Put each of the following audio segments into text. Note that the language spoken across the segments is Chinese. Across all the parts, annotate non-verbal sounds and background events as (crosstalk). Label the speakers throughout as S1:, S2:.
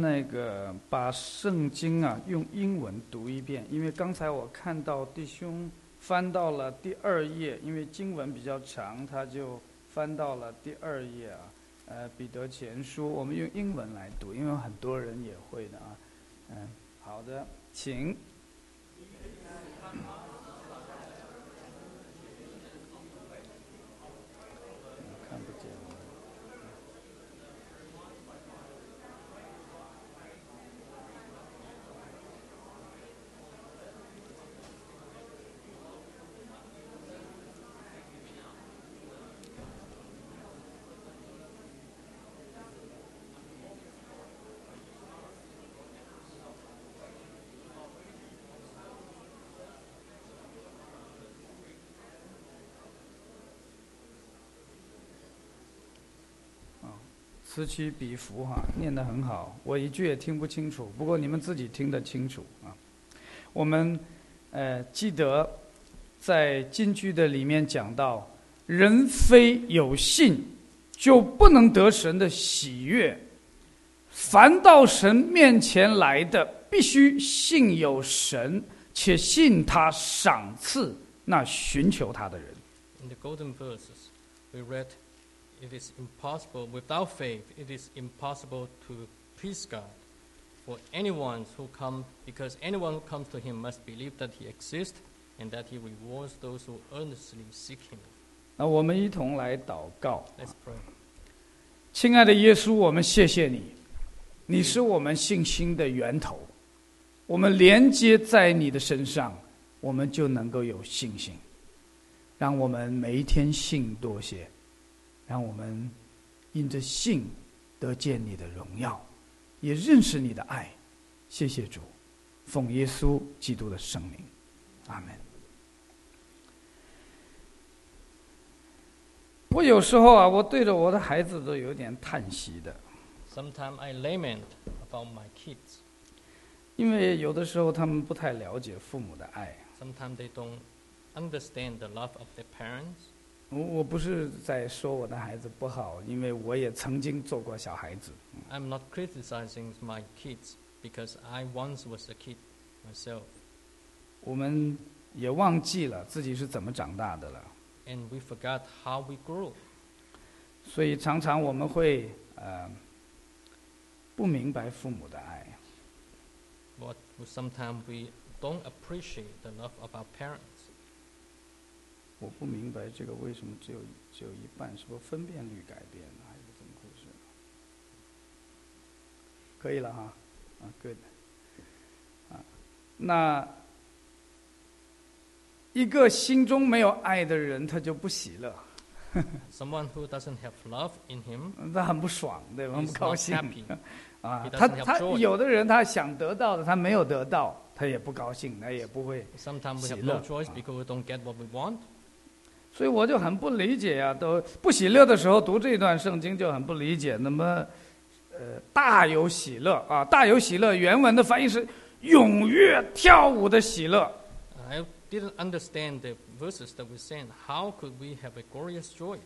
S1: 那个把圣经啊用英文读一遍，因为刚才我看到弟兄翻到了第二页，因为经文比较长，他就翻到了第二页啊。呃，彼得前书，我们用英文来读，因为很多人也会的啊。嗯，好的，请。看不见。此起彼伏哈、念得很好，我一句也听不清楚，不过你们自己听得清楚啊。我们呃记得在京剧的里面讲到，人非有信，就不能得神的喜悦。凡到神面前来的，必须信有神，且信他赏赐那寻求他的人。
S2: In the golden verses, we read, It is impossible, without faith, it is impossible to please God. For anyone who comes, because anyone who comes to Him must believe that He exists and that He rewards those who earnestly seek Him.
S1: 那我们一同来祷告。
S2: Let's pray.
S1: 亲爱的耶稣，我们谢谢你，你是我们信心的源头，我们连接在你的身上，我们就能够有信心。让我们每一天信多些，让我们因着信得见你的荣耀，也认识你的爱。谢谢主，奉耶稣基督的圣名，阿门。我有时候啊，我对着我的孩子都有点叹息的。
S2: Sometimes I lament about my kids.
S1: 因为有的时候他们不太了解父母的爱。
S2: Sometimes they don't understand the love of their parents.
S1: 我我不是在说我的孩子不好，因为我也曾经做过小孩子。
S2: I'm not criticizing my kids because I once was a kid myself,
S1: 我们也忘记了自己是怎么长大的了，
S2: and we forgot how we grew.
S1: 所以常常我们会呃不明白父母的爱。
S2: But sometimes we don't appreciate the love of our parents.
S1: 我不明白这个为什么只有只有一半，是不是分辨率改变了，还是怎么回事？可以了哈，啊，good，啊，那一个心中没有爱的人，他就不喜乐，
S2: Someone who doesn't have love in him
S1: 他很不爽，对吧？很
S2: is
S1: 不高
S2: not
S1: 兴
S2: happy.
S1: 啊
S2: He。doesn't
S1: 他
S2: have
S1: 他
S2: joy.
S1: 有的人他想得到的，他没有得到，他也不高兴，他也不会
S2: Sometimes we
S1: 喜
S2: have no
S1: 乐，
S2: choice
S1: 啊。
S2: because we don't get what we want.
S1: 所以我就很不理解啊，都不喜乐的时候读这段圣经就很不理解。那么，呃，大有喜乐啊，大有喜乐，原文的翻译是踊跃跳舞的喜乐。
S2: I didn't understand the verses that we sang. How could we have a glorious joy?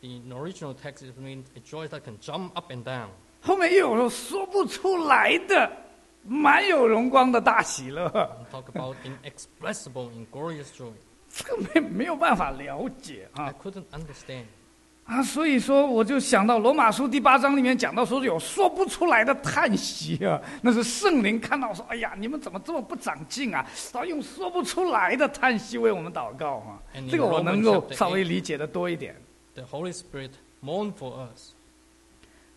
S2: The original text is mean a joy that can jump up and down.
S1: 后面又有说说不出来的，满有荣光的大喜乐，
S2: And talk about inexpressible and glorious joy.
S1: 这个没没有办法了解
S2: I
S1: 啊
S2: couldn't understand.
S1: 啊！所以说，我就想到罗马书第八章里面讲到说有说不出来的叹息啊，那是圣灵看到说，哎呀，你们怎么这么不长进啊？要用说不出来的叹息为我们祷告啊
S2: And in。
S1: 这个我
S2: Romans
S1: 能够
S2: chapter
S1: 稍微
S2: eight-
S1: 理解的哎多一点，
S2: The Holy Spirit mourned for us.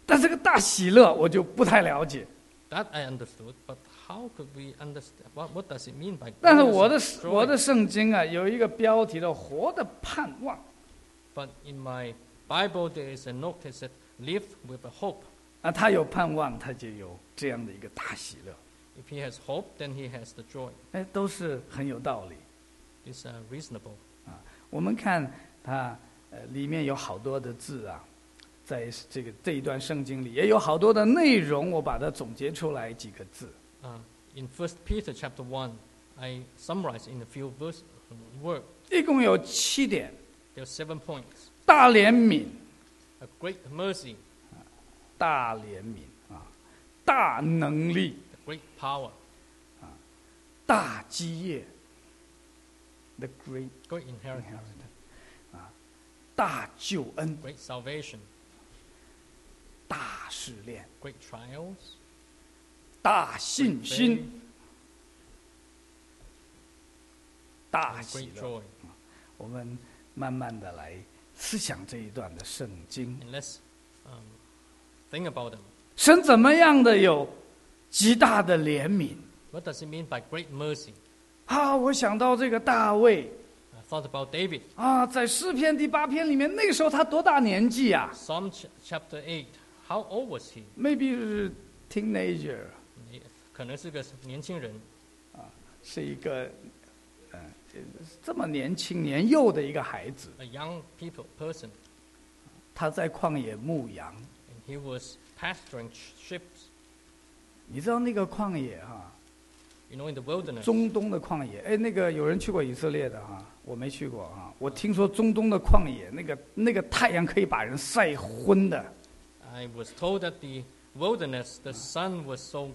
S1: 但这个大喜乐我就不太了解。
S2: That I understood, but how could we understand? What, what does it mean by
S1: 但哎是我的
S2: glorious
S1: 我
S2: joy?
S1: 的圣经啊有一个标题的“活的盼望
S2: But in my Bible, there is a note that said, "Live with a hope." ”
S1: 啊，他有盼望，他就有这样的一个大喜乐，
S2: If he has hope, then he has the joy.
S1: 哎，都是很有道理。
S2: It's uh, reasonable.
S1: 我们看它呃里面有好多的字啊，在这个这一段圣经里也有好多的内容，我把它总结出来几个字。
S2: Uh, in First Peter chapter one, I summarize in a few verse uh, word.
S1: 一共有七点：
S2: There are seven points:
S1: 大怜悯、
S2: a great mercy,
S1: 大怜悯啊，大能力、
S2: the great power,
S1: 大基业，the great
S2: great inheritance,
S1: inheritance，啊，大救恩、
S2: great salvation,
S1: 大试炼、
S2: great trials,
S1: 大信
S2: great
S1: 心
S2: faith,、
S1: 大
S2: and
S1: 喜
S2: great
S1: 乐。
S2: joy.
S1: 我们慢慢的来思想这一段的圣经，
S2: And let's um, think about them.
S1: 神怎么样的有极大的怜悯
S2: What does it mean by great mercy?
S1: 啊！我想到这个大卫
S2: I thought about David,
S1: 啊，在诗篇第八篇里面，那个时候他多大年纪啊
S2: Psalm ch- chapter 8. How old was he?
S1: ？Maybe 是 teenager，
S2: 也可能是个年轻人，
S1: 是一个呃这么年轻年幼的一个孩子，
S2: a young people person,
S1: 他在旷野牧羊。
S2: and he was pasturing sh- sheep,
S1: 你知道那个旷野哈、
S2: you know, in the wilderness.
S1: 中东的旷野，哎，那个有人去过以色列的哈、我没去过啊。我听说中东的旷野，那个那个太阳可以把人晒昏的，
S2: I was told that the wilderness, the sun was so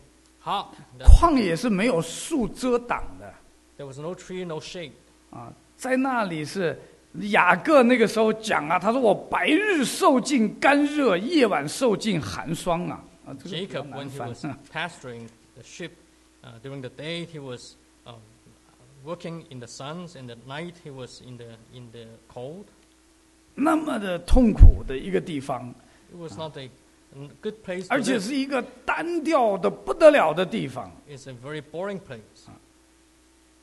S2: hot that
S1: 旷野是没有树遮挡的
S2: there was no tree, no shade.
S1: 啊。在那里是雅各那个时候讲啊，他说我白日受尽干热，夜晚受尽寒霜啊。啊，这个比较
S2: Jacob,
S1: 难
S2: when he
S1: 翻 (laughs)
S2: was pasturing the sheep uh, during the day, he was um, working in the suns, and at night he was in the in the cold.
S1: 那么的痛苦的一个地方，
S2: It was not a n- good place. To
S1: 而且
S2: live.
S1: 是一个单调的不得了的地方。
S2: It's a very boring place.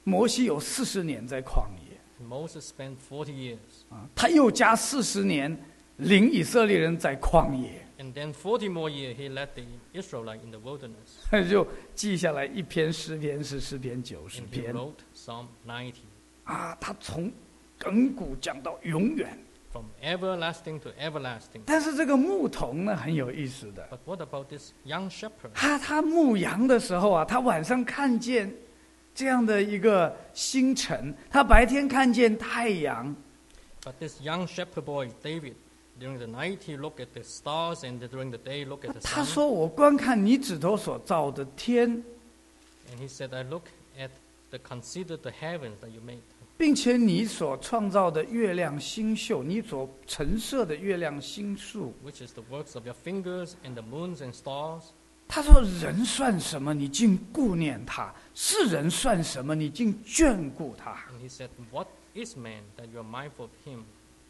S1: 摩西有四十年在旷野。
S2: Moses spent 40 years,
S1: 啊，他又加四十年领以色列人在旷野， (laughs)
S2: and then 40 more years he led the Israelite in the wilderness,
S1: 就记下来一篇诗篇是诗篇九十
S2: and he
S1: 篇
S2: wrote Psalm 90.
S1: 啊，他从亘古讲到永远。
S2: From everlasting to everlasting.
S1: 但是这个牧童呢很有意思的，
S2: But what about this young shepherd?
S1: 他他牧羊的时候啊，他晚上看见这样的一个星辰，他白天看见太阳，
S2: But this young shepherd boy, David, during the night he looked at the stars, and during the day looked at the
S1: 他
S2: sun.
S1: 说：“我观看你指头所造的天，
S2: And he said, I look at the consider the heavens that you made,
S1: 并且你所创造的月亮星宿，你所陈设的月亮星宿，
S2: which is the works of your fingers, and the moons and stars.
S1: 他说：“人算什么？你竟顾念他；世人算什么？你竟眷顾他。
S2: And he said, What is man that you are mindful of him,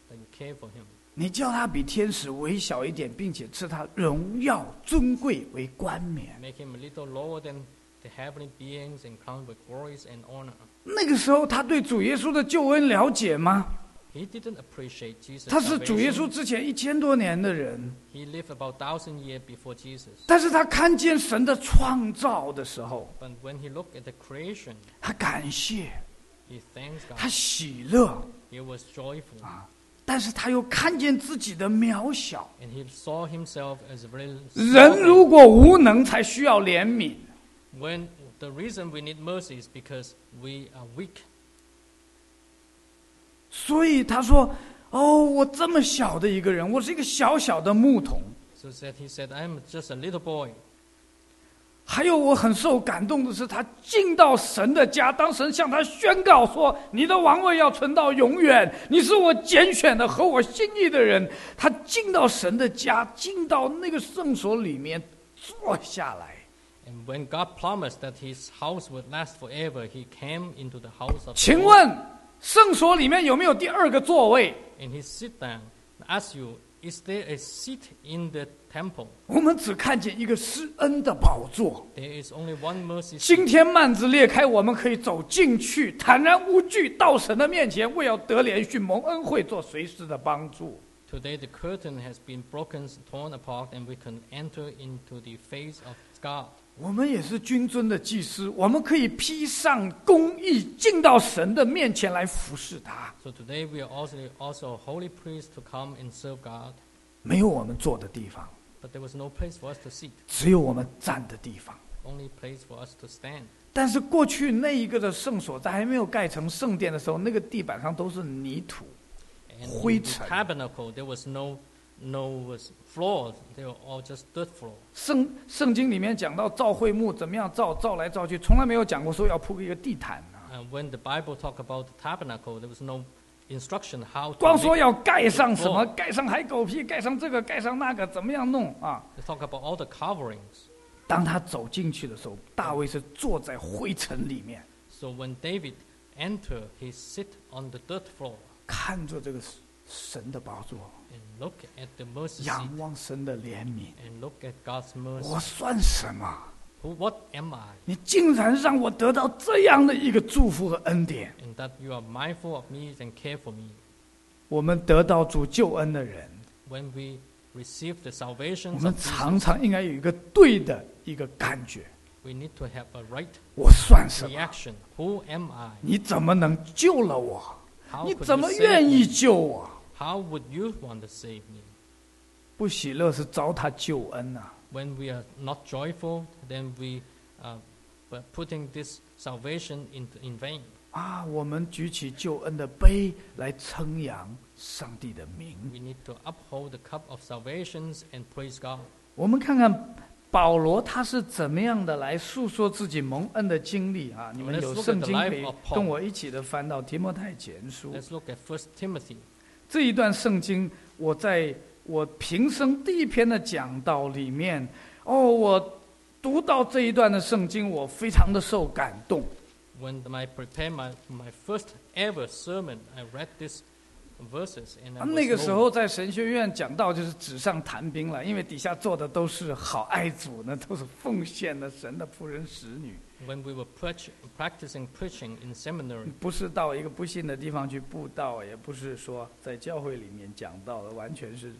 S2: that you care for him?
S1: 你叫他比天使微小一点，并且赐他荣耀尊贵为冠冕。
S2: Make him a little lower than the heavenly beings and crowned with glories and honor. ”
S1: 那个时候，他对主耶稣的救恩了解吗？
S2: He didn't appreciate Jesus.
S1: 他是主耶
S2: salvation.
S1: 稣之前一千多年的人，
S2: He lived about thousand years before Jesus.
S1: 但是他看见神的创造的时候，
S2: But when he looked at the creation,
S1: 他感谢，
S2: he thanks
S1: 他
S2: God.
S1: 喜乐，
S2: He was joyful.
S1: 但是他又看见自己的渺小。
S2: And he saw himself as a very
S1: 人
S2: small
S1: 如果无能，才需要怜悯。
S2: When the reason we need mercy is because we are weak.
S1: 所以他说：“哦，我这么小的一个人，我是一个小小的牧童，
S2: So that he said, I'm just a little boy.
S1: 还有我很受感动的是，他进到神的家，当神向他宣告说：‘你的王位要存到永远，你是我拣选的合我心意的人。’他进到神的家，进到那个圣所里面坐下来，
S2: And when God promised that his house would last forever, he came into the house of
S1: 请
S2: the Lord,
S1: 问圣所里面有没有第二个座位？
S2: and he sit down. I Ask you, is there a seat in the temple?
S1: 我们只看见一个施恩的宝座。”
S2: There is only one mercy
S1: 今
S2: seat.
S1: 天幔子裂开，我们可以走进去，坦然无惧，到神的面前，为要得连续蒙恩惠，做随时的帮助。
S2: Today the curtain has been broken, torn apart, and we can enter into the face of God.
S1: 我们也是君尊的祭司，我们可以披上公义，进到神的面前来服侍他，
S2: So today we are also, also a holy priest to come and serve God.
S1: 没有我们坐的地方，
S2: But there was no place for us to sit,
S1: 只有我们站的地方。
S2: only place for us to stand.
S1: 但是过去那一个的圣所在还没有盖成圣殿的时候，那个地板上都是泥土，
S2: And in the
S1: 灰尘。
S2: tabernacle, there was no no was flawed. They were all just dirt floor.
S1: 圣圣经里面讲到造会幕怎么样造，造来造去，从来没有讲过说要铺一个地毯啊，
S2: And when the Bible talk about the tabernacle, there was no instruction how to
S1: 光
S2: make
S1: 说要盖上什么，盖上海狗皮，盖上这个，盖上那个，怎么样弄啊？
S2: They talk about all the coverings.
S1: 当他走进去的时候，大卫是坐在灰尘里面，
S2: So when David entered, he sit on the dirt floor
S1: 看着这个神的宝座，
S2: and look at the mercy seat
S1: 仰望神的怜悯。
S2: and look at God's mercy.
S1: 我算什么？
S2: Who, what am I?
S1: 你竟然让我得到这样的一个祝福和恩典。
S2: And that you are mindful of me and care for me.
S1: 我们得到主救恩的人，
S2: When we receive the
S1: 我
S2: salvation
S1: 们
S2: of Jesus,
S1: 常常应该有一个对的一个感觉。
S2: we need to have a right
S1: 我算什么？
S2: reaction. Who am I?
S1: 你怎么能救了我？
S2: How
S1: 你
S2: could
S1: 怎么
S2: you
S1: 愿
S2: save
S1: 意
S2: me?
S1: 救我？
S2: How would you want to save me?
S1: 不喜乐是糟蹋救恩啊呐、
S2: When we are not joyful, then we are uh, putting this salvation in, in vain.
S1: 啊！我们举起救恩的杯来称扬上帝的名。
S2: We need to uphold the cup of salvations and praise God.
S1: 我们看看保罗他是怎么样的来诉说自己蒙恩的经历啊！你们
S2: Let's
S1: 有
S2: look at
S1: 圣经
S2: the
S1: 可
S2: life
S1: 以
S2: of Paul.
S1: 跟我一起的翻到提摩太前书
S2: Let's look at 1 Timothy.
S1: 这一段圣经，我在我平生第一篇的讲道里面，哦，我读到这一段的圣经，我非常的受感动。
S2: When I prepared my, my first ever sermon, I read these verses and I
S1: 啊那个
S2: was
S1: 时候
S2: moved.
S1: 在神学院讲道就是纸上谈兵了，因为底下坐的都是好爱主呢，都是奉献的神的仆人使女，
S2: when we were preach, practicing preaching in seminary.
S1: 不是到一个不信的地方去布道，也不是说在教会里面讲道的，完全是是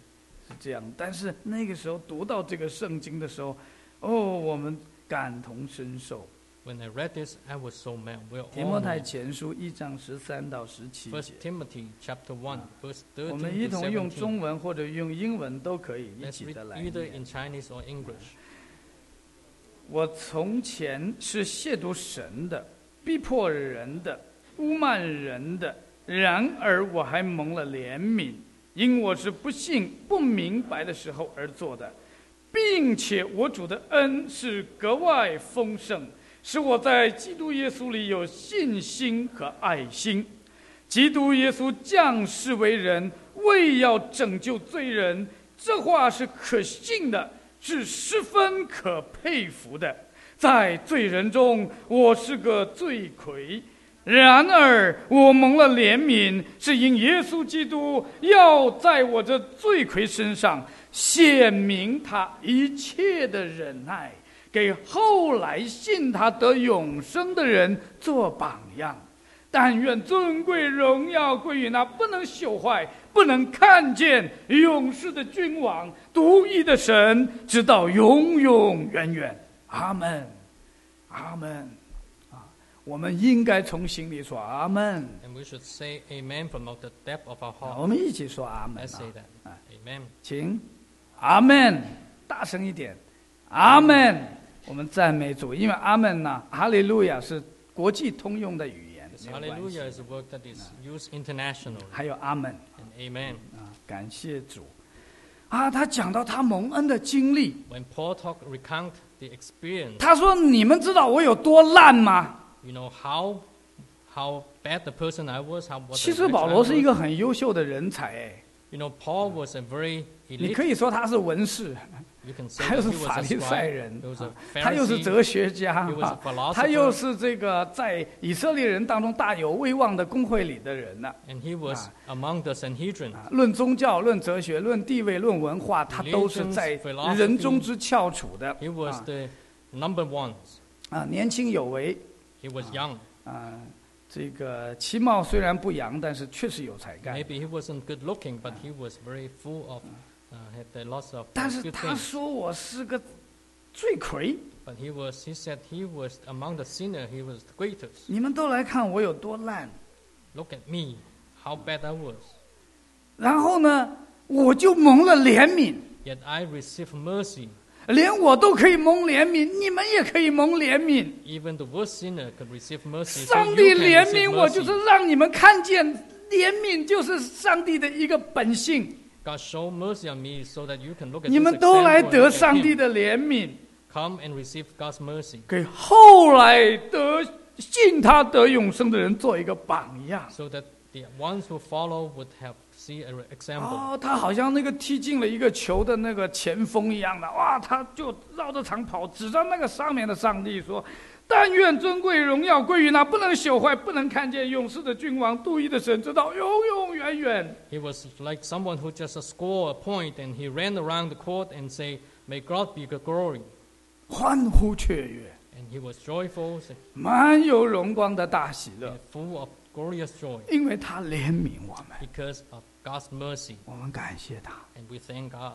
S1: 这样。但是那个时候读到这个圣经的时候，哦，我们感同身受。
S2: When I read this, I was so mad. We're
S1: 提
S2: all
S1: 摩太
S2: mad.
S1: 前书一章十三到十七节
S2: First，Timothy chapter one, verse
S1: 我
S2: thirteen
S1: 们一
S2: to
S1: 同用
S2: seventeen.
S1: 中文或者用英文都可以一
S2: Let's
S1: 起
S2: read
S1: 的来
S2: either
S1: 念
S2: in。Chinese or English.
S1: 我从前是亵渎神的，逼迫人的，污慢人的，然而我还蒙了怜悯，因我是不信不明白的时候而做的，并且我主的恩是格外丰盛，使我在基督耶稣里有信心和爱心。基督耶稣降世为人，为要拯救罪人，这话是可信的，是十分可佩服的。在罪人中，我是个罪魁，然而我蒙了怜悯，是因耶稣基督要在我这罪魁身上显明他一切的忍耐，给后来信他得永生的人做榜样。但愿尊贵荣耀归于那不能朽坏、不能看见、永世的君王、独一的神，直到永永远远。阿门，阿门。啊，我们应该从心里说阿门。啊
S2: And we should say amen from out the depth of our
S1: 好，我
S2: heart.
S1: 们一起说阿门、
S2: Let's
S1: 啊
S2: say。that. Amen.
S1: 请，阿门，大声一点，阿门。我们赞美主，因为阿门呐、哈利路亚是国际通用的语言
S2: This，
S1: 没有关系
S2: hallelujah is a word that is used internationally.
S1: 还有阿门。
S2: And amen.
S1: 啊，感谢主。啊，他讲到他蒙恩的经历，
S2: When Paul talk recount the experience,
S1: 他说：“你们知道我有多烂吗
S2: you know how how bad the person I was, how？”what
S1: 其
S2: the
S1: 实
S2: wretch I
S1: 保罗是一
S2: was.
S1: 个很优秀的人才，哎，
S2: You know, Paul was a very
S1: 你
S2: elite.
S1: 可以说他是文
S2: (laughs)
S1: 士，
S2: You can say
S1: 他
S2: that
S1: 又
S2: he
S1: 是
S2: was
S1: 法
S2: a
S1: 利赛
S2: scribe.
S1: 人啊
S2: He was a，
S1: 他又是
S2: Pharisee.
S1: 哲学家
S2: He was a
S1: 啊
S2: philosopher.，
S1: 他又是这个在以色列人当中大有威望的工会里的人呐、
S2: And he was among the Sanhedrin.
S1: 啊论宗教、论哲学、论地位、论文化，他都是
S2: Religions,
S1: 在
S2: philosophy
S1: 人中之翘楚的
S2: He was the number one.
S1: 啊，年轻有为，
S2: He was young.
S1: 啊、这个其貌虽然不扬，但是确实有才干。
S2: Maybe he wasn't good looking, but he was very full of, uh, had the lots of
S1: 但
S2: uh,
S1: 是
S2: good
S1: 他
S2: things.
S1: 说我是个罪魁，
S2: But he was, he said he was among the sinner, he was the greatest.
S1: 你们都来看我有多烂。
S2: Look at me, how bad I was.
S1: 然后呢，我就蒙了怜悯，
S2: Yet I received mercy.
S1: 连我都可以蒙怜悯，你们也可以蒙怜悯。
S2: Even the worst sinner could receive mercy. So
S1: 上
S2: you
S1: 帝
S2: can
S1: 怜
S2: receive
S1: 悯我，就
S2: mercy.
S1: 是让你们看见怜悯就是上帝的一个本性。
S2: God show mercy on me so that you can look at
S1: 你
S2: this
S1: 们都来
S2: example
S1: 得
S2: and look at
S1: 上
S2: him.
S1: 帝的怜悯，
S2: Come and receive God's mercy
S1: 给后来得信他得永生的人做一个榜样。
S2: so that the ones who follow would have see an example.
S1: 哦，他好像那个踢进了一个球的那个前锋一样的，哇，他就绕着场跑，指着那个上面的上帝说：“但愿尊贵荣耀归于那不能朽坏、不能看见勇士的君王、独一的神，直到永永远远。
S2: He was like someone who just scored a point and he ran around the court and say, May God be the glory. ”
S1: 欢呼雀跃，
S2: And he was joyful
S1: 满有荣光的大喜乐
S2: and，full of glorious joy
S1: 因为他怜悯我们，
S2: because of God's mercy.
S1: 我们感谢他。
S2: And we thank God.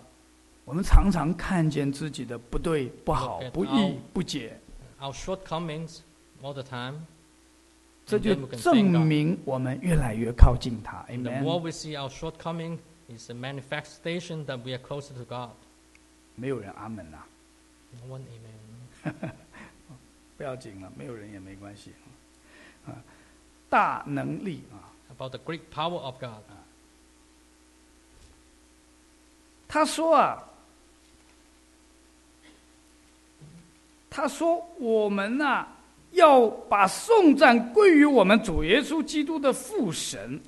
S1: 我们常常看见自己的不对、不好
S2: Okay,、
S1: 不义、不解，
S2: Our shortcomings all the time.
S1: 这
S2: and
S1: 就
S2: then we can
S1: 证
S2: thank God.
S1: 明我们越来越靠近他。
S2: The
S1: Amen。
S2: more we see our shortcoming is a manifestation that we are closer to God.
S1: 没有人阿门呐、
S2: No one amen.
S1: 不要紧了，没有人也没关系。啊，大能力啊，
S2: About the great power of God.
S1: 他说啊，他说我们呐、要把颂赞归于我们主耶稣基督的父神，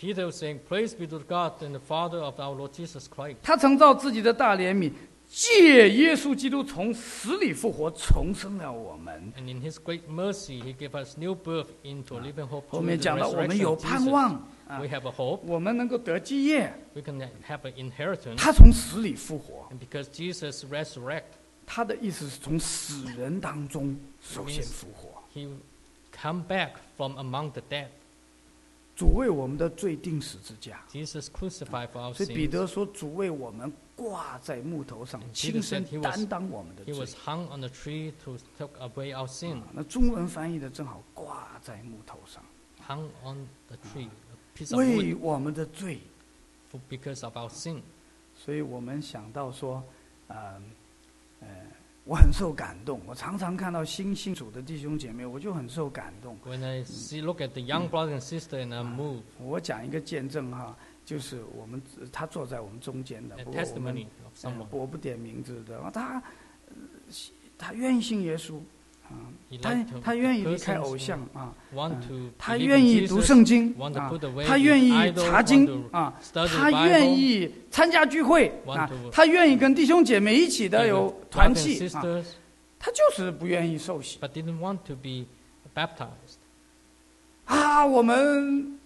S2: Peter was saying, Praise be to God and the Father of our Lord Jesus Christ.
S1: 他曾照自己的大怜悯，借耶稣基督从死里复活，重生了我们。
S2: And in his great mercy, he gave us new birth into a living hope
S1: Ah. 后
S2: through
S1: 面
S2: the
S1: 讲到我
S2: resurrection
S1: 们
S2: of
S1: 有
S2: Jesus.
S1: 盼望啊
S2: We，have a hope.
S1: 我们能够得基业，
S2: We can have an inheritance.
S1: 他从死里复活。
S2: And because Jesus resurrected,
S1: 他的意思是从死人当中首先复活。
S2: he come back from among the dead.
S1: 主为我们的罪定十字架，
S2: Jesus crucified for our
S1: 所以彼
S2: sins.
S1: 得说：“主为我们挂在木头上，
S2: And
S1: 亲
S2: Jesus
S1: 身
S2: said he was-
S1: 担当我们的
S2: He
S1: 罪。啊
S2: was hung on a tree to take away our sin. ”
S1: 那中文翻译的正好，挂在木头上，
S2: Hung on the tree, a piece of
S1: 为
S2: wood,
S1: 我们的罪。
S2: for- because of our sin.
S1: 所以我们想到说，呃，呃，我很受感动。我常常看到新信主的弟兄姐妹，我就很受感动。
S2: When I see, look at the young brother and sister and I'm moved.
S1: 我讲一个见证哈，就是我们呃他坐在我们中间的，
S2: a
S1: 不过我们
S2: testimony of
S1: 哎
S2: someone.
S1: 我不点名字的，他呃他愿意信耶稣啊，
S2: He
S1: 他
S2: liked to-
S1: 他
S2: the
S1: 愿意离开
S2: persons
S1: 偶
S2: who
S1: 像啊，
S2: want
S1: 嗯
S2: to
S1: 他
S2: believe
S1: 愿
S2: in
S1: 意
S2: Jesus,
S1: 读圣经
S2: want to
S1: 啊
S2: put，away
S1: 他愿意
S2: idols,
S1: 查经
S2: want to
S1: 啊，
S2: study the
S1: 他
S2: Bible,
S1: 愿意参加聚会
S2: want
S1: 啊
S2: to-，
S1: 他愿意跟弟兄姐妹一起
S2: they
S1: 的
S2: were
S1: 有
S2: brothers
S1: 团
S2: and
S1: 契啊，
S2: sisters,
S1: 他就是不愿意受洗
S2: but didn't want to be baptized.
S1: 啊，我们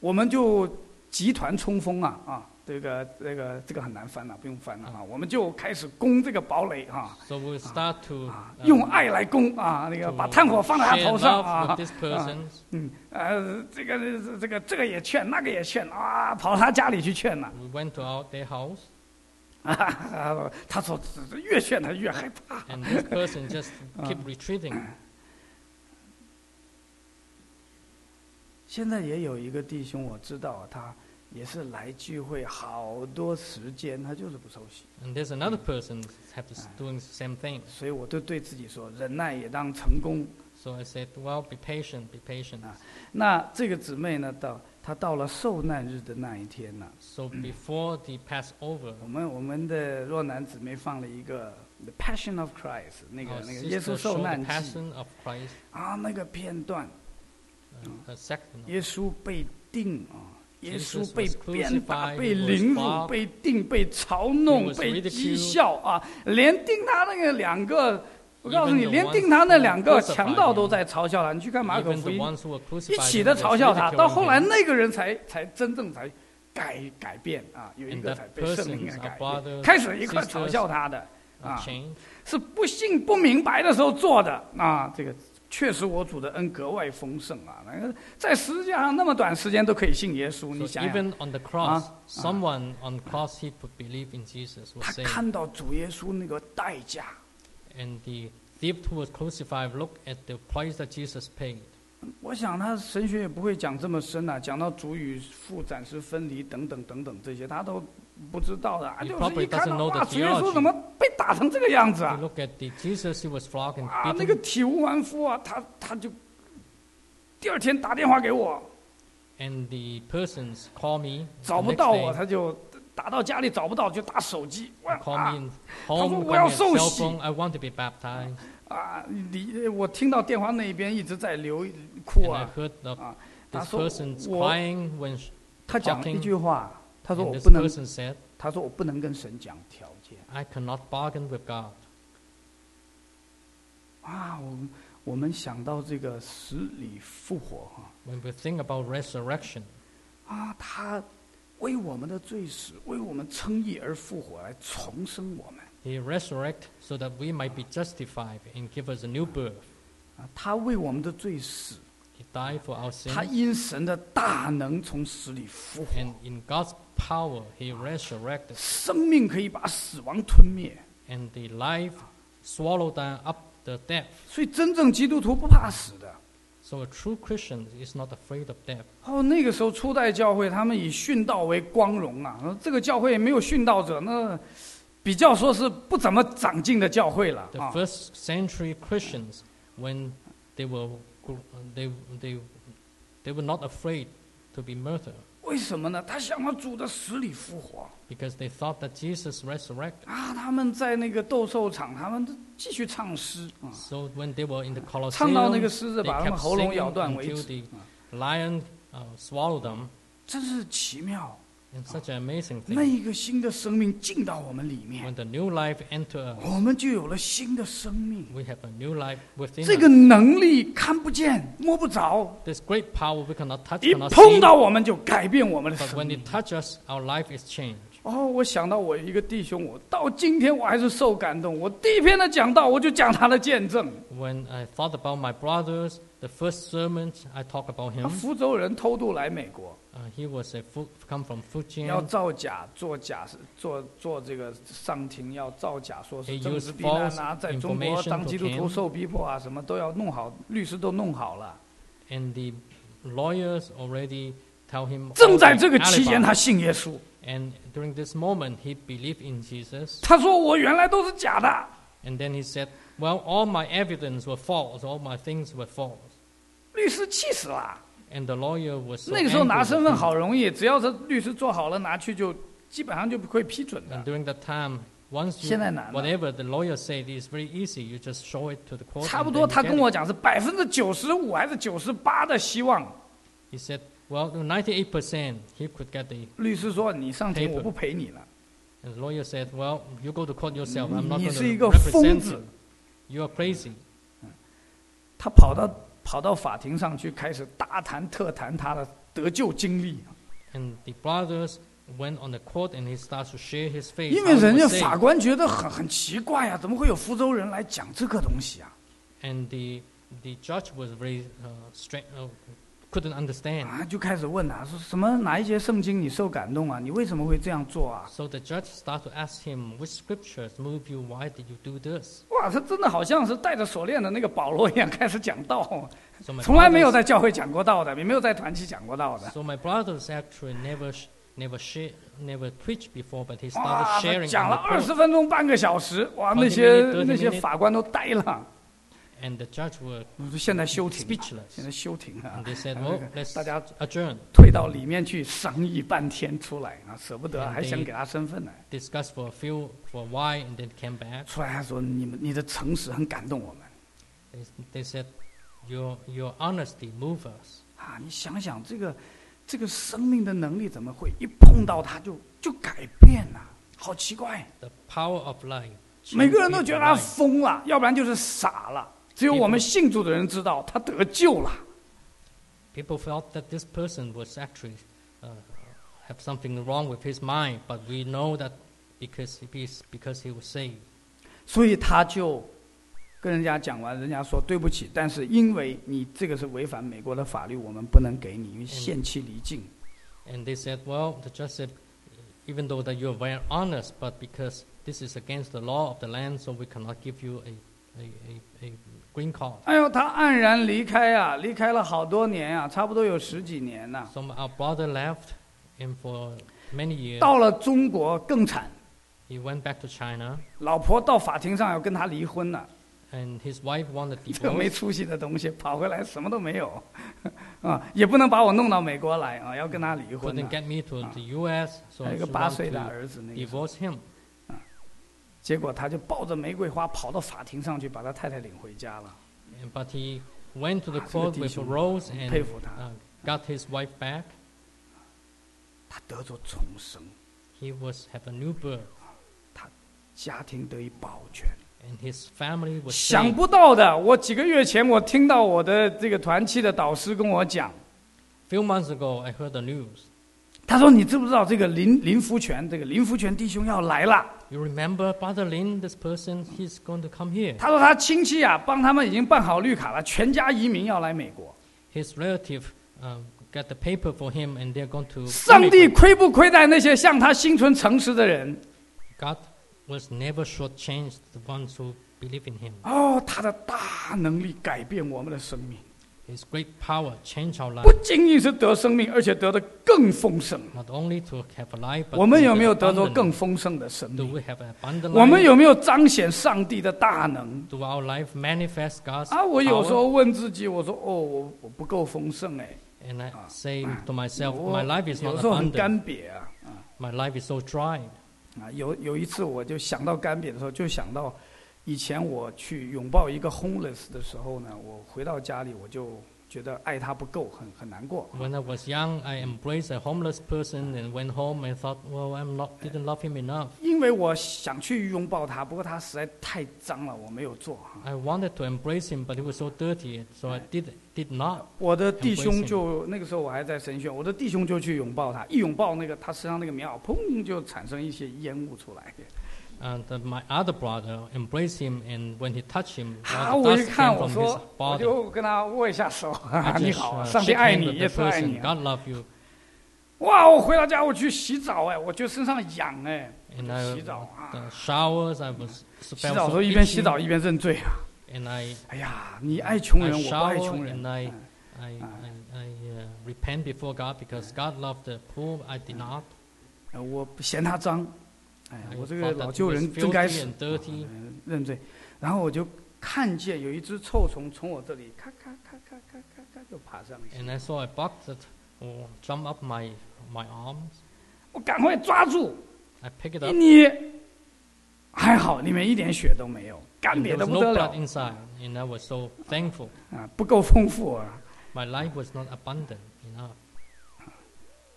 S1: 我们就集团冲锋啊啊。这个这个这个很难翻了、不用翻了啊！
S2: 嗯
S1: 我们就开始攻这个堡垒啊！
S2: So we'll start to
S1: 啊，
S2: um,
S1: 用爱来攻啊，那
S2: to
S1: 个把炭火放在他
S2: share
S1: 头上
S2: love
S1: 啊
S2: with，this person,
S1: 嗯，呃，这个这个这个也劝，那个也劝啊，跑他家里去劝了
S2: we went to our, their house,
S1: 啊，他说越劝他越害怕。
S2: and this
S1: (laughs)
S2: person just
S1: Ah。
S2: keep retreating.
S1: 现在也有一个弟兄，我知道他也是来聚会好多时间，他就是不受洗，
S2: And there's another person have this- doing the same thing.
S1: 所以我就对自己说，忍耐也当成功。
S2: So I said, well, be patient, be patient.
S1: Ah. 那这个姊妹呢，到她到了受难日的那一天呢，
S2: So before the
S1: (coughs)
S2: Passover,
S1: 我们我们的若男姊妹放了一个《The Passion of Christ》那个
S2: our
S1: 那个耶稣
S2: sister
S1: 受
S2: showed
S1: 难
S2: the
S1: 记
S2: passion of Christ,
S1: 啊那个片段，Ah.
S2: uh, the second
S1: 耶稣被定啊，耶
S2: Jesus
S1: 稣被
S2: was
S1: 鞭打、
S2: crucified,
S1: 被
S2: he was
S1: 凌辱、
S2: flogged,
S1: 被定、被嘲弄、
S2: was
S1: 被讥
S2: ridiculed
S1: 笑啊，连定他那个两个，我告诉你，
S2: Even the
S1: 连
S2: ones
S1: 定他那
S2: who
S1: 两个
S2: crucified
S1: 强盗
S2: him
S1: 都在嘲笑他。你去看马可
S2: Even
S1: 福
S2: the
S1: 音，
S2: ones who were
S1: 一
S2: crucified
S1: 起
S2: him
S1: 的
S2: was
S1: 嘲笑他，到后来
S2: ridiculing him.
S1: 那个人才才真正才改改变啊，有一
S2: And
S1: 个
S2: that
S1: 才被圣灵
S2: persons,
S1: 改
S2: our
S1: 变，
S2: brothers,
S1: 开始一块
S2: sisters,
S1: 嘲笑他的
S2: Uh,
S1: 啊，
S2: change.
S1: 是不信不明白的时候做的啊，这个。确实，我主的恩格外丰盛啊！那个在十字架上那么短时间都可以信耶稣，你
S2: So
S1: 想想，
S2: even on the cross,
S1: Huh?
S2: someone on the cross he could believe in Jesus was
S1: 他
S2: saying,
S1: 看到主耶稣那个代价，
S2: and the thief who was crucified looked at the price that Jesus paid.
S1: 我想他神学也不会讲这么深啊，讲到主与父暂时分离等等等等这些，他都不知道的。啊，就
S2: He
S1: 是一
S2: probably
S1: 看
S2: doesn't
S1: 到
S2: know
S1: 哇，
S2: the
S1: 主耶稣怎么被打成这个样子
S2: He
S1: 啊？
S2: looked at the Jesus he was flogged and
S1: 啊，那个
S2: beaten,
S1: 体无完肤啊，他他就第二天打电话给我，
S2: and the persons call me. the
S1: 找不
S2: next
S1: 到我，
S2: day,
S1: 他就打到家里找不到就打手机，哇
S2: Call
S1: 啊
S2: me home,
S1: "我
S2: call
S1: 要
S2: me a
S1: 受
S2: cell
S1: 洗
S2: phone. I want to be baptized.
S1: 啊！你我听到电话那边一直在流哭
S2: And I
S1: 啊。
S2: heard of
S1: Ah.
S2: this
S1: 他说
S2: person's
S1: 我-
S2: crying when sh-
S1: 他讲了一句话，他说
S2: and
S1: 我
S2: this
S1: 不能，
S2: person said,
S1: 他说我不能跟神讲条件
S2: I cannot bargain with God.
S1: 啊。我们我们想到这个死里复活哈
S2: When we think about resurrection,
S1: 啊，他为我们的罪死，为我们称义而复活，来重生我们
S2: He resurrected so that we might be justified and give us a new birth.
S1: 啊。他为我们的罪死，
S2: He died for our
S1: 他
S2: sins,
S1: 因神的大能从死里复活，
S2: and in God's power, He resurrected,
S1: 生命可以把死亡吞灭。
S2: and the life swallowed down up the death.
S1: 所以真正基督徒不怕死的。
S2: So a true Christian is not afraid of death.
S1: 哦，那个时候初代教会他们以殉道为光荣啊，呃这个教会没有殉道者，那比较说是不怎么长进的教会了
S2: The
S1: 啊。
S2: first century Christians, when they were, gr- they, they, they were not afraid to be murdered
S1: 为什么呢？他想要主的死里复活
S2: because they thought that Jesus resurrected.
S1: 啊！他们在那个斗兽场，他们继续唱诗啊，
S2: So when they were in the
S1: 唱到那
S2: Colosseum,
S1: 个狮子
S2: They
S1: 把他
S2: kept
S1: 们喉咙咬
S2: singing
S1: 断为
S2: until
S1: 止，啊
S2: the lion uh, swallowed them,
S1: 真是奇妙！
S2: and such an amazing
S1: 那
S2: thing.
S1: 一个新的生命进到我们里面，
S2: When the new life entered us,
S1: 我们就有了新的生命。
S2: we have a new life within
S1: 这个
S2: us.
S1: 能力看不见、摸不着，
S2: This great power we cannot touch,
S1: 一
S2: cannot
S1: 碰
S2: see,
S1: 到我们就改变我们的
S2: but
S1: 生
S2: when
S1: 命
S2: it。touches us, our life is changed.
S1: 哦，我想到我一个弟兄，我到今天我还是受感动。我第一篇的讲道，我就讲他的见证。
S2: When I thought about my brothers, the first sermon I talked about
S1: 他
S2: him,
S1: 福州人偷渡来美国，
S2: uh, he was a Fu- come from
S1: 要
S2: Fujian.
S1: 造假、做假是做做这个上庭要造假，说是
S2: They
S1: 政治避难啊，
S2: use false
S1: 在中国
S2: information
S1: 当基督
S2: to
S1: 徒
S2: him.
S1: 受逼迫啊，什么都要弄好，律师都弄好了。
S2: and the lawyers already tell him.
S1: 正
S2: all
S1: 在
S2: the
S1: 这个期间，
S2: alibi.
S1: 他信耶稣，
S2: And during this moment, he believed in Jesus.
S1: 他说我原来都是假的。
S2: And then he said, Well, all my evidence were false, all my things were false.
S1: 律师气死了，
S2: And the lawyer was so
S1: 那个时候拿
S2: angry
S1: 身
S2: with
S1: 份
S2: him.
S1: 好容易，只要是律师做好了拿去就基本上就不会批准的
S2: And。during that time, once you,
S1: 现在难了。
S2: whatever the lawyer said is very easy, you just show it to the court.
S1: 差不
S2: and
S1: 多，
S2: then
S1: 他
S2: you
S1: 跟
S2: get
S1: 我
S2: it.
S1: 讲是百分之九十五还是九十八的希望。
S2: He said, Well, 98% he could get the.
S1: 律师说：“你上庭，
S2: Paper
S1: 我不陪你了。
S2: And the lawyer said, Well, you go to court yourself. I'm not
S1: 你
S2: going
S1: 是一
S2: to
S1: 个
S2: represent
S1: 疯子
S2: you. You are crazy. ”
S1: 他跑到跑到法庭上去，开始大谈特谈他的得救经历，
S2: And the brothers went on the court and he starts to share his faith.
S1: 因
S2: how
S1: 为
S2: he
S1: 人家
S2: was saved.
S1: 法官觉得很很奇怪呀、怎么会有福州人来讲这个东西啊？
S2: and the the judge was very uh, stra- uh, couldn't understand.
S1: 啊，就开始问他说什么哪一节圣经你受感动啊？你为什么会这样做啊？
S2: So the judge started to ask him, "Which scriptures move you? Why did you do this?"
S1: 哇，他真的好像是带着锁链的那个保罗一样开始讲道，
S2: So my
S1: 从来没有
S2: brothers,
S1: 在教会讲过道的，也没有在团契讲过道的。
S2: so my brothers actually never sh- never share, never preached before, but he
S1: 哇
S2: started，sharing
S1: 讲了
S2: on
S1: 二
S2: the
S1: 十
S2: court,
S1: 分钟、半个小时，哇，
S2: 20
S1: 那些
S2: minute, 30
S1: 那些
S2: minute
S1: 法官都呆了。
S2: and the judge were
S1: 我说现在休庭吧，
S2: speechless.
S1: 现在休庭啊
S2: And they！said,
S1: 然后
S2: "Well, let's
S1: 大家
S2: adjourn,
S1: 退到里面去商议半天，出来啊，舍不得，
S2: And
S1: 还想
S2: they-
S1: 给他身份呢。
S2: discuss for a few for a while, and then came back.
S1: 出来还说你们你的诚实很感动我们
S2: They, they said, "Your your honesty move us."
S1: 啊！你想想这个这个生命的能力怎么会一碰到他就就改变了、好奇怪！
S2: The power of life."
S1: 每
S2: changed
S1: 个人都觉得
S2: people's
S1: 他
S2: lives.
S1: 疯了，要不然就是傻了。只有我们信主的人知道他得救了。
S2: People felt that this person was actually uh, have something wrong with his mind, but we know that because he is because he was saved.
S1: 所以他就跟人家讲完，人家说对不起，但是因为你这个是违反美国的法律，我们不能给你，因为限期离境。
S2: And they said, well, the judge said, even though that you are very honest, but because this is against the law of the land, so we cannot give you a, a, a, a green card.
S1: 哎呦，他黯然离开啊，离开了好多年啊，差不多有十几年呐、
S2: So our brother left, and for many years
S1: 到了中国更惨，
S2: he went back to China,
S1: 老婆到法庭上要跟他离婚了、
S2: and his wife wanted
S1: 这个没
S2: divorce.
S1: 出息的东西跑回来什么都没有。 (laughs) 啊，也不能把我弄到美国来啊，要跟他离婚、
S2: couldn't
S1: 啊。
S2: get me to
S1: Ah.
S2: the U.S., so
S1: 还有一
S2: she
S1: 个八
S2: wants
S1: 岁的
S2: to
S1: 儿子，那个时候
S2: divorce him.
S1: 结果他就抱着玫瑰花跑到法庭上去，把他太太领回家了，
S2: And- But he went to the
S1: Ah, 这个
S2: court
S1: 弟
S2: with
S1: 兄，
S2: Rose
S1: 我佩
S2: and
S1: 服他，
S2: uh, got his wife back.
S1: 他得着重生，
S2: He was have a new birth,
S1: 家庭得以保全。
S2: and his family was
S1: 想
S2: saved.
S1: 不到的，我几个月前我听到我的这个团契的导师跟我讲，
S2: Few months ago, I heard the news.
S1: 他说：“你知不知道这个林林福全，这个林福全弟兄要来了？
S2: You remember Brother Lin, this person, he's going to come here.
S1: 他说他亲戚啊，帮他们已经办好绿卡了，全家移民要来美国。
S2: His relative um, got the paper for him, and they're going to.
S1: 上帝
S2: immigrate.
S1: 亏不亏待那些向他心存诚实的人？
S2: God was never shortchanged the ones who believe in Him.
S1: 哦，他的大能力改变我们的生命，
S2: His great power changed our
S1: 不
S2: life,
S1: 仅仅是得生命，而且得的更丰盛。
S2: not only to have a life, but
S1: (laughs) 我们
S2: to
S1: 有没有
S2: have
S1: 得着
S2: abundant.
S1: 更丰盛的生
S2: Do
S1: 命？
S2: we have an abundant
S1: 我们
S2: life?
S1: 有没有彰显上帝的大能？
S2: Do our life manifest God's
S1: 啊，我有时
S2: power?
S1: 候问自己，我说哦，我我不够丰盛哎，
S2: And I say to myself,
S1: 我
S2: my life is
S1: 有
S2: not
S1: 时候很
S2: abundant.
S1: 干瘪啊。
S2: My life is so dry.
S1: 啊，有有一次我就想到干瘪的时候，就想到以前我去拥抱一个 homeless 的时候呢，我回到家里我就觉得爱他不够，很很难过。
S2: When I was young, I embraced a homeless person and went home and thought, well, I'm not didn't love him enough.
S1: 因为我想去拥抱他，不过他实在太脏了，我没有做。啊
S2: I wanted to embrace him, but he was so dirty, so I did did not.
S1: 我的弟兄就那个时候我还在神学，我的弟兄就去拥抱他，一拥抱那个他身上那个棉袄，砰就产生一些烟雾出来。
S2: And uh, my other brother embraced him, and when he touched him,
S1: 啊！
S2: all the
S1: 我一
S2: dust
S1: 看，
S2: came
S1: 我
S2: from his
S1: 说，我
S2: body.
S1: 就跟他握一下手，
S2: I
S1: 你
S2: just
S1: 好啊，
S2: uh,
S1: 上
S2: shook
S1: 帝爱
S2: hands
S1: 你，
S2: with
S1: 耶
S2: the
S1: 稣爱你
S2: person.
S1: 啊。
S2: God love you.
S1: 哇！我回到家，我去洗澡，哎，我觉得身上痒，哎，我
S2: And
S1: 就
S2: I
S1: 洗澡啊，
S2: the showers, I was
S1: 洗
S2: felt
S1: 澡的时
S2: so
S1: 候一边
S2: itchy,
S1: 洗澡一边认罪啊。
S2: and I
S1: 哎呀，你爱穷
S2: I
S1: 人，我不爱
S2: shower
S1: 穷人
S2: and。I,
S1: 嗯
S2: I, I, I uh, repent before God because God loved the poor. I did not.
S1: 呃我不嫌他脏，哎，
S2: I
S1: 我这个
S2: thought
S1: 老
S2: that
S1: 旧
S2: he was
S1: 人真该
S2: filthy
S1: 死，
S2: and dirty.
S1: 嗯认罪。然后我就看见有一只臭虫从我这里咔咔咔咔咔咔咔就爬上去，
S2: And I saw a bug that oh, jumped up my my arms.
S1: 我赶快抓住，
S2: I picked it up.
S1: 一捏，还好里面一点血都没嗯有，干
S2: and
S1: 瘪
S2: there
S1: 的
S2: was
S1: 不
S2: no
S1: 得
S2: blood
S1: 了
S2: inside, and I was so thankful.
S1: 啊，不够丰富啊。
S2: My life was not abundant enough.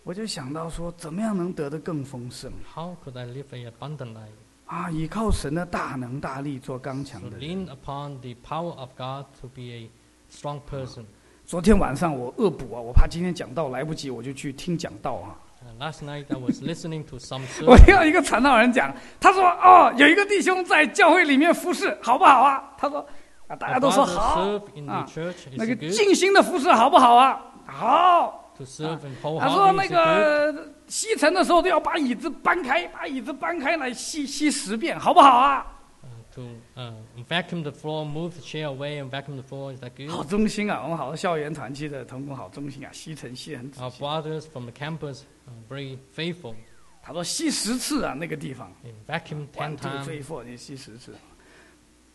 S1: 我就想到说，怎么样能得的更丰盛
S2: How could I live an abundant life?
S1: 啊？依靠神的大能大力做刚强
S2: So
S1: 的人。
S2: lean upon the power of God to be a strong person.
S1: 昨天晚上我恶补啊，我怕今天讲道来不及，我就去听讲道啊。
S2: Uh, last night I was listening
S1: (laughs)
S2: to some
S1: 我
S2: sermon.
S1: 听到一个传道人讲，他说：“哦，有一个弟兄在教会里面服侍，好不好啊？”他说：“啊，大
S2: A
S1: 家都说
S2: brother
S1: 好。
S2: serve in the
S1: 啊
S2: church
S1: 那
S2: is
S1: 个
S2: good.
S1: 静心的服侍好不好啊？哦好。
S2: To serve in
S1: 他说
S2: wholeheartedly
S1: 那
S2: is good.
S1: 个吸尘的时候都要把椅子搬开，把椅子搬开来吸吸十遍，好不好啊？
S2: Uh, to uh, vacuum the floor, move the chair away and vacuum the floor. Is that
S1: 好
S2: good?
S1: 忠心啊！我们好多校园团契的同工好忠心啊，吸尘吸得很仔
S2: Our
S1: 细。
S2: brothers from the campus are very faithful.
S1: 他说吸十次啊，那个地方
S2: They vacuum
S1: one
S2: ten
S1: two
S2: times.
S1: three four，你吸十次，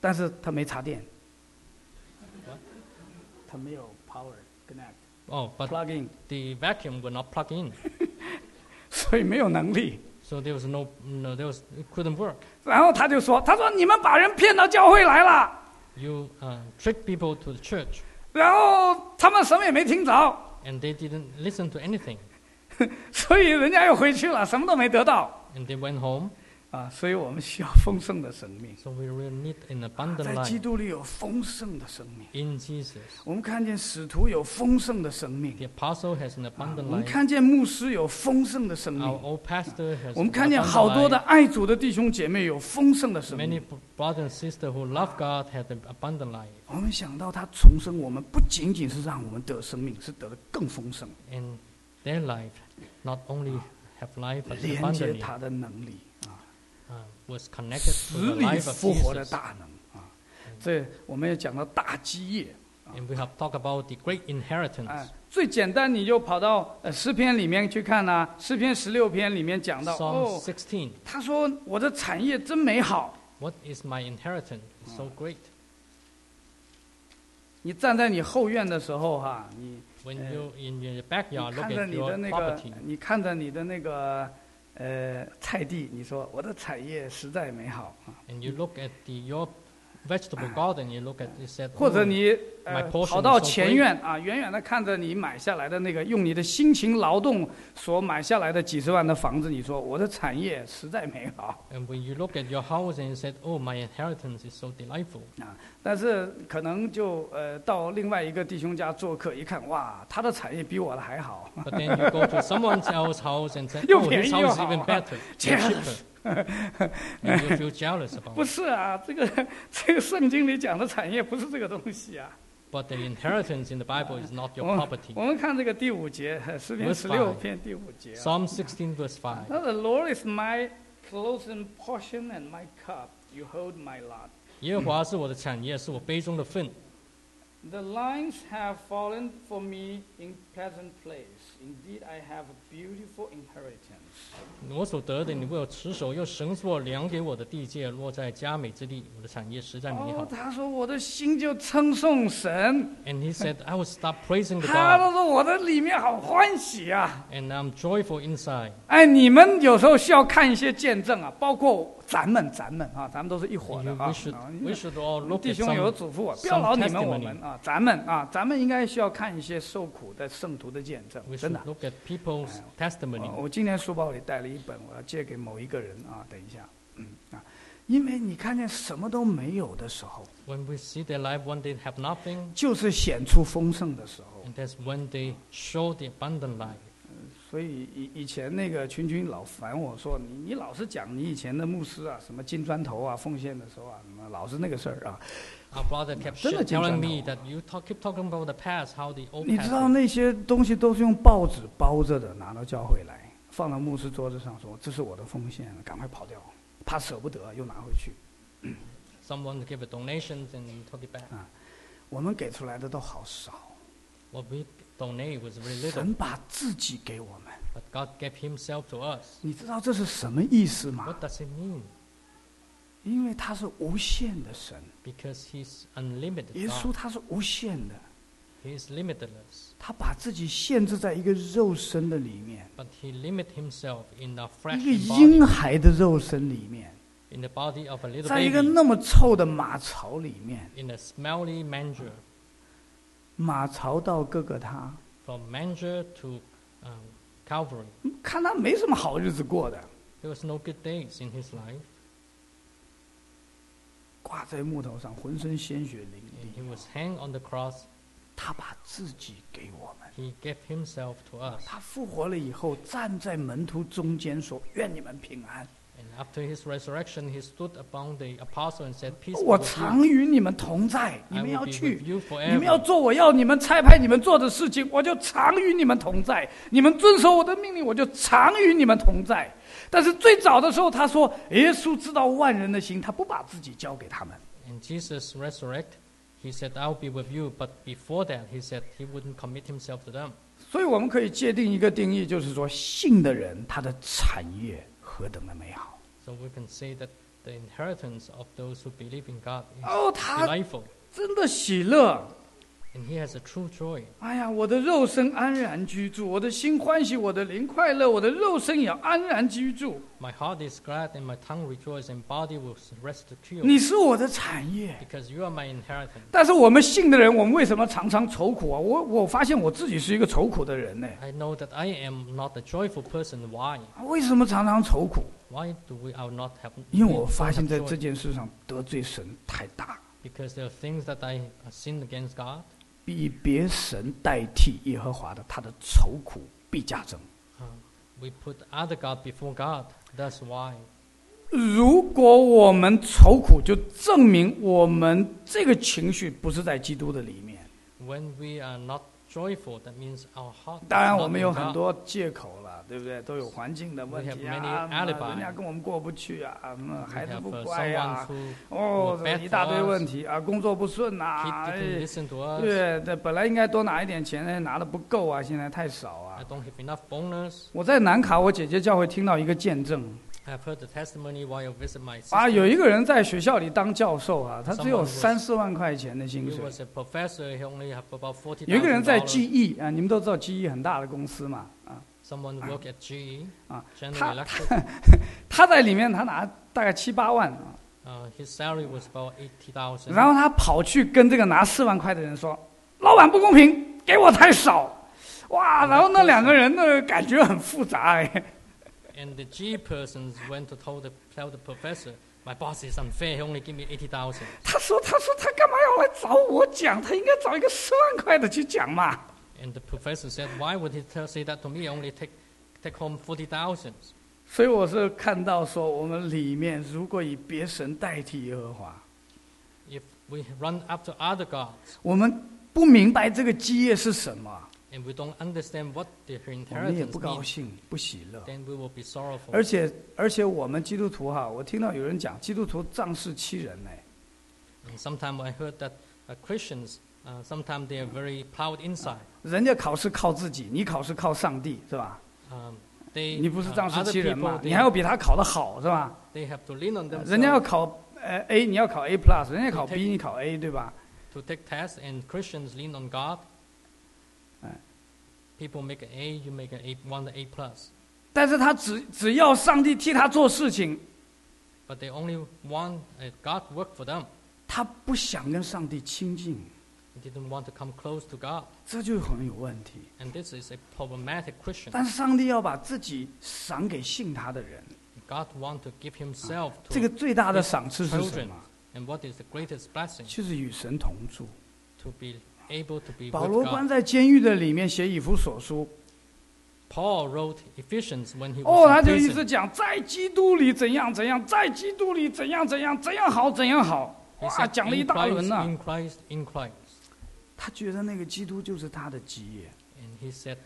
S1: 但是他没插电，他没有 power connect。
S2: Oh, but
S1: plug in，
S2: the vacuum will not plug
S1: (laughs)
S2: in,
S1: 所以没有能力。
S2: so there was no, no, there was it couldn't work.
S1: 然后他就说：“他说你们把人骗到教会来了，
S2: You uh, trick people to the church,
S1: 然后他们什么也没听着，
S2: and they didn't listen to anything,
S1: 所以人家又回去了，什么都没得到
S2: and they went home.
S1: 啊。所以我们需要丰盛的生命，
S2: So we really need an abundant
S1: 在基
S2: life
S1: 督里有丰盛的生命。
S2: in Jesus.
S1: 我们看见使徒有丰盛的生命
S2: The，apostle has an
S1: 啊
S2: abundant
S1: 我们
S2: life.
S1: 看见牧师有丰盛的生
S2: Our
S1: 命，
S2: old pastor has
S1: 我们
S2: an
S1: 看见好多
S2: abundant
S1: 的
S2: life.
S1: 爱主的弟兄姐妹有丰盛的生
S2: Many
S1: 命。
S2: br- brothers and sisters who love God have an abundant life.
S1: 我们想到他重生，我们不仅仅是让我们得生命，是得的更丰盛，
S2: and their life not only have life but
S1: 连接
S2: abundantly
S1: 他的能力。啊
S2: uh, was connected
S1: 死
S2: to the
S1: 里
S2: life of
S1: 复活的
S2: Jesus. 嗯
S1: 大能啊！这我们也讲到大基业
S2: And we have talked about the great
S1: 啊
S2: inheritance.，
S1: 最简单你就跑到呃诗篇里面去看呐、诗篇十六篇里面讲到
S2: Psalm
S1: 哦，
S2: 16.
S1: 他说我的产业真美好，Uh,
S2: What is my inheritance? It's so great.
S1: 你站在你后院的时候哈、你
S2: When
S1: Uh,
S2: you in your
S1: 你
S2: backyard, look
S1: 看着
S2: at
S1: 你的
S2: your
S1: 那个
S2: property.，
S1: 你看着你的那个呃菜地，你说我的产业实在美好啊。
S2: And you look at the, your vegetable garden, you look at, you said,
S1: Uh, 或者
S2: "Oh,
S1: 你呃
S2: My portion
S1: 跑到
S2: is so
S1: 前院啊，远远的看着你买下来的那个用你的辛勤劳动所买下来的几十万的房子，你说我的产业实在美好
S2: And when you look at your house and you said, "Oh, my inheritance is so delightful,"
S1: 啊，但是可能就呃到另外一个弟兄家做客，一看哇，他的产业比我的还好，
S2: but then you go to someone else's house and say,
S1: 又
S2: "Oh, his
S1: 便宜又
S2: house is
S1: 好
S2: even
S1: 啊
S2: better, cheaper,"
S1: Jealous.
S2: and you feel jealous about
S1: 不 (laughs)
S2: it.
S1: 是啊，这个这个圣经里讲的产业不是这个东西啊。
S2: But the inheritance in the Bible is not your
S1: 我们
S2: property.
S1: 我们看这个第五节，呃十篇
S2: Verse
S1: 十六
S2: five
S1: 篇第五节啊。
S2: Psalm 16, verse 5.
S1: 那 the Lord is my clothing portion and my cup, you hold my lot.
S2: 耶和华是我的产业，是我杯中的份。
S1: The lines have fallen for me in pleasant place. Indeed, I have a beautiful inheritance.
S2: 我所得的，你为我持守，又绳索量给我的地界，落在佳美之地。我的产业实在美好
S1: 哦，。他说我的心就称颂神，
S2: And he said, I will stop praising the
S1: 他
S2: God,
S1: 说我的里面好欢喜啊！
S2: and I'm joyful inside.
S1: 哎，你们有时候需要看一些见证啊，包括咱们，咱们啊，咱们都是一伙
S2: And
S1: 的
S2: you-
S1: 啊
S2: we。should
S1: 啊
S2: we should all
S1: 我们
S2: look
S1: 弟
S2: at
S1: 兄有
S2: some
S1: 嘱咐我，不
S2: some
S1: 要老你们我
S2: testimony
S1: 们啊，咱们啊，咱们应该需要看一些受苦的圣徒的见证
S2: We，should
S1: 真的。啊
S2: look at people's testimony.
S1: 我我今天书包里带了一本，我要借给某一个人啊，等一下，嗯啊，因为你看见什么都没有的时候，
S2: When we see their life, when they have nothing,
S1: 就是显出丰盛的时候。
S2: and that's when they show the abundant life.
S1: 所以以以前那个群群老烦我说，你你老是讲你以前的牧师啊，什么金砖头啊，奉献的时候啊，什么老是那个事儿啊，
S2: Our brother kept
S1: Rất là
S2: sh-
S1: chân
S2: telling me
S1: thành.
S2: that you talk, keep talking about the past, how the old
S1: 你
S2: past.
S1: 知道那些东西都是用报纸包着的，拿到教会来，放到牧师桌子上说：“这是我的奉献，赶快跑掉。”怕舍不得，又拿回去。
S2: Someone give a donation and you took it back.
S1: 我们给出来的都好少，
S2: What we donate was very little,
S1: 神把自己给我们，
S2: but God gave Himself to us.
S1: 你知道这是什么意思吗
S2: What？does it mean?
S1: 因为他是无限的神，
S2: Because He's unlimited.
S1: 耶稣
S2: God.
S1: 他是无限的，
S2: He is limitless,
S1: 他把自己限制在一个肉身的里面，
S2: but He limit Himself in a
S1: 一个
S2: fraction body,
S1: 婴孩的肉身里面，
S2: in the body of a little
S1: 在一个
S2: baby,
S1: 那么臭的马槽里面，
S2: in a smelly manger.
S1: 马槽到哥哥他，
S2: from manger to um, Calvary.
S1: 看他没什么好日子过的。
S2: There was no good days in his life,
S1: 挂在木头上，浑身鲜血淋
S2: and he
S1: 漓。
S2: was hanged on the cross.
S1: 他把自己给我们，
S2: He gave himself to us,
S1: 他复活了以后，站在门徒中间说：“愿你们平安，
S2: and after his resurrection, he stood upon the apostle and said, "Peace be
S1: 我
S2: with you.
S1: 常与你们同在，你
S2: I
S1: 们要
S2: will be with
S1: 去。
S2: you
S1: 你们要
S2: forever."
S1: 做我要你们差派你们做的事情，我就常与你们同在；你们遵守我的命令，我就常与你们同在。但是最早的时候，他说，耶稣知道万人的心，他不把自己交给他们。
S2: And Jesus resurrected. He said, "I'll be with you," but before that, he said he wouldn't commit himself to them.
S1: 所以我们可以界定一个定义，就是说，信的人他的产业何等的美好。
S2: So we can say that the inheritance of those who believe in God is
S1: 哦，他
S2: delightful,
S1: 真的喜乐。
S2: and he has a true joy.
S1: 哎呀，我的肉身安然居住，我的心欢喜，我的灵快乐，我的肉身也安然居住。
S2: My heart is glad and my tongue rejoices and body will rest secure
S1: 你是我的产业。
S2: because you are my inheritance.
S1: 但是我们信的人，我们为什么常常愁苦啊？我我发现我自己是一个愁苦的人呢。
S2: I know that I am not a joyful person. Why?
S1: 为什么常常愁苦？
S2: Why do we I will not have,
S1: 因为
S2: we
S1: 我
S2: don't
S1: 发现
S2: have
S1: 在这
S2: joy?
S1: 件事上得罪神太大，
S2: Because there are things that I sinned against God.
S1: 以别神代替耶和华的，他的愁苦必加增。
S2: Um, we put other God before God. That's why.
S1: 如果我们愁苦，就证明我们这个情绪不是在基督的里面。
S2: When we are not joyful, that means our heart is
S1: 当然，我
S2: not
S1: 们
S2: in
S1: 有很
S2: God.
S1: 多借口了，对不对？都有环境的问题
S2: We have
S1: 啊，
S2: many
S1: 那
S2: alibi.
S1: 人家跟我们过不去啊，嗯，
S2: We
S1: 孩子
S2: have
S1: 不
S2: uh,
S1: 乖
S2: someone
S1: 啊，
S2: who
S1: 哦
S2: who，bad
S1: 一大堆问题啊，工作不顺呐、啊，
S2: keep, didn't
S1: 哎
S2: listen to us.
S1: 对，这本来应该多拿一点钱，哎拿的不够啊，现在太少
S2: I
S1: 啊。
S2: (laughs) don't have enough bonus.
S1: 我在南卡我姐姐教会听到一个见证，
S2: I have heard the testimony while I visit my sister.
S1: 啊，有一个人在学校里当教授啊，他只有
S2: Someone was-
S1: 三四万块钱的
S2: He
S1: 薪水。
S2: was a professor. He only have about forty
S1: 有一个人
S2: thousand
S1: 在
S2: dollars.
S1: GE 啊，你们都知道 GE 很大的公司嘛啊，
S2: Someone work at GE,
S1: 啊，他-
S2: General Electric.
S1: 他在里面他拿大概七八万啊，
S2: Uh, his salary was about eighty thousand.
S1: 然后他跑去跟这个拿四万块的人说：“老板不公平，给我太少。”哇，然后那两个人的感觉很复杂哎，
S2: And the G persons went to tell the, tell the professor, my boss is unfair, he only give me 80,000.
S1: 他说他说他干嘛要来找我讲？他应该找一个四万块的去讲嘛。
S2: And the professor said, why would he tell, say that to me? I only take, take home 40,000.
S1: 所以我是看到说，我们里面如果以别神代替耶和华，
S2: If we run after other gods
S1: 我们不明白这个基业是什么，
S2: and we don't understand what the
S1: 我们也
S2: inheritance
S1: 不高
S2: means,
S1: 兴，不喜乐。
S2: then we will be sorrowful.
S1: 而且而且我们基督徒哈，我听到有人讲基督徒仗势欺人呢。
S2: And sometimes I heard that uh, Christians, uh, sometimes they are very proud inside.
S1: 人家考试靠自己，你考试靠上帝，是吧？
S2: Um, they,
S1: 你不是
S2: uh,
S1: 仗势
S2: other
S1: 欺人
S2: people,
S1: 嘛？
S2: they,
S1: 你还要比他考得好，是吧？
S2: they have to lean on
S1: 人家要
S2: themselves
S1: 考呃 A，你要考 A plus，人家考 B，
S2: 对
S1: 你考 A，对吧？
S2: to take tests, and Christians lean on God.
S1: Right.
S2: People make an A, you make an A, one A plus,
S1: 但是他只只要上帝替他做事情，
S2: but they only want uh, God work for them.
S1: 他不想跟上帝亲近，
S2: They didn't want to come close to God,
S1: 这就很有问题。
S2: and this is a problematic Christian.
S1: 但是上帝要把自己赏给信他的人，
S2: God want to give Himself
S1: 这个
S2: to
S1: 最大的赏赐是什
S2: children,
S1: 么？
S2: and what is the greatest blessing
S1: 就是与神同住。
S2: to be able to be
S1: 保
S2: with
S1: 罗关
S2: God?
S1: 在监狱的里面写以弗所书，
S2: Paul wrote Ephesians when he
S1: 哦，他
S2: was
S1: 就
S2: in
S1: 一直
S2: prison.
S1: 讲在基督里怎样怎样，在基督里怎样怎样，怎样好怎样好，
S2: He
S1: 哇，
S2: said,
S1: 讲了一
S2: "In
S1: 大轮
S2: Christ,
S1: 呐、
S2: in Christ, in Christ,"
S1: 他觉得那个基督就是他的基业，
S2: and he said,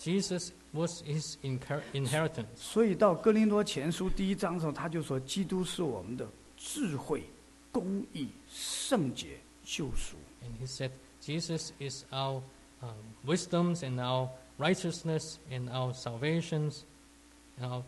S2: "Jesus was his inher- inheritance."
S1: 所以到哥林多前书第一章的时候，他就说基督是我们的智慧、公义、圣洁、救赎。
S2: And he said, Jesus is our um, wisdoms and our righteousness and our salvations. And our,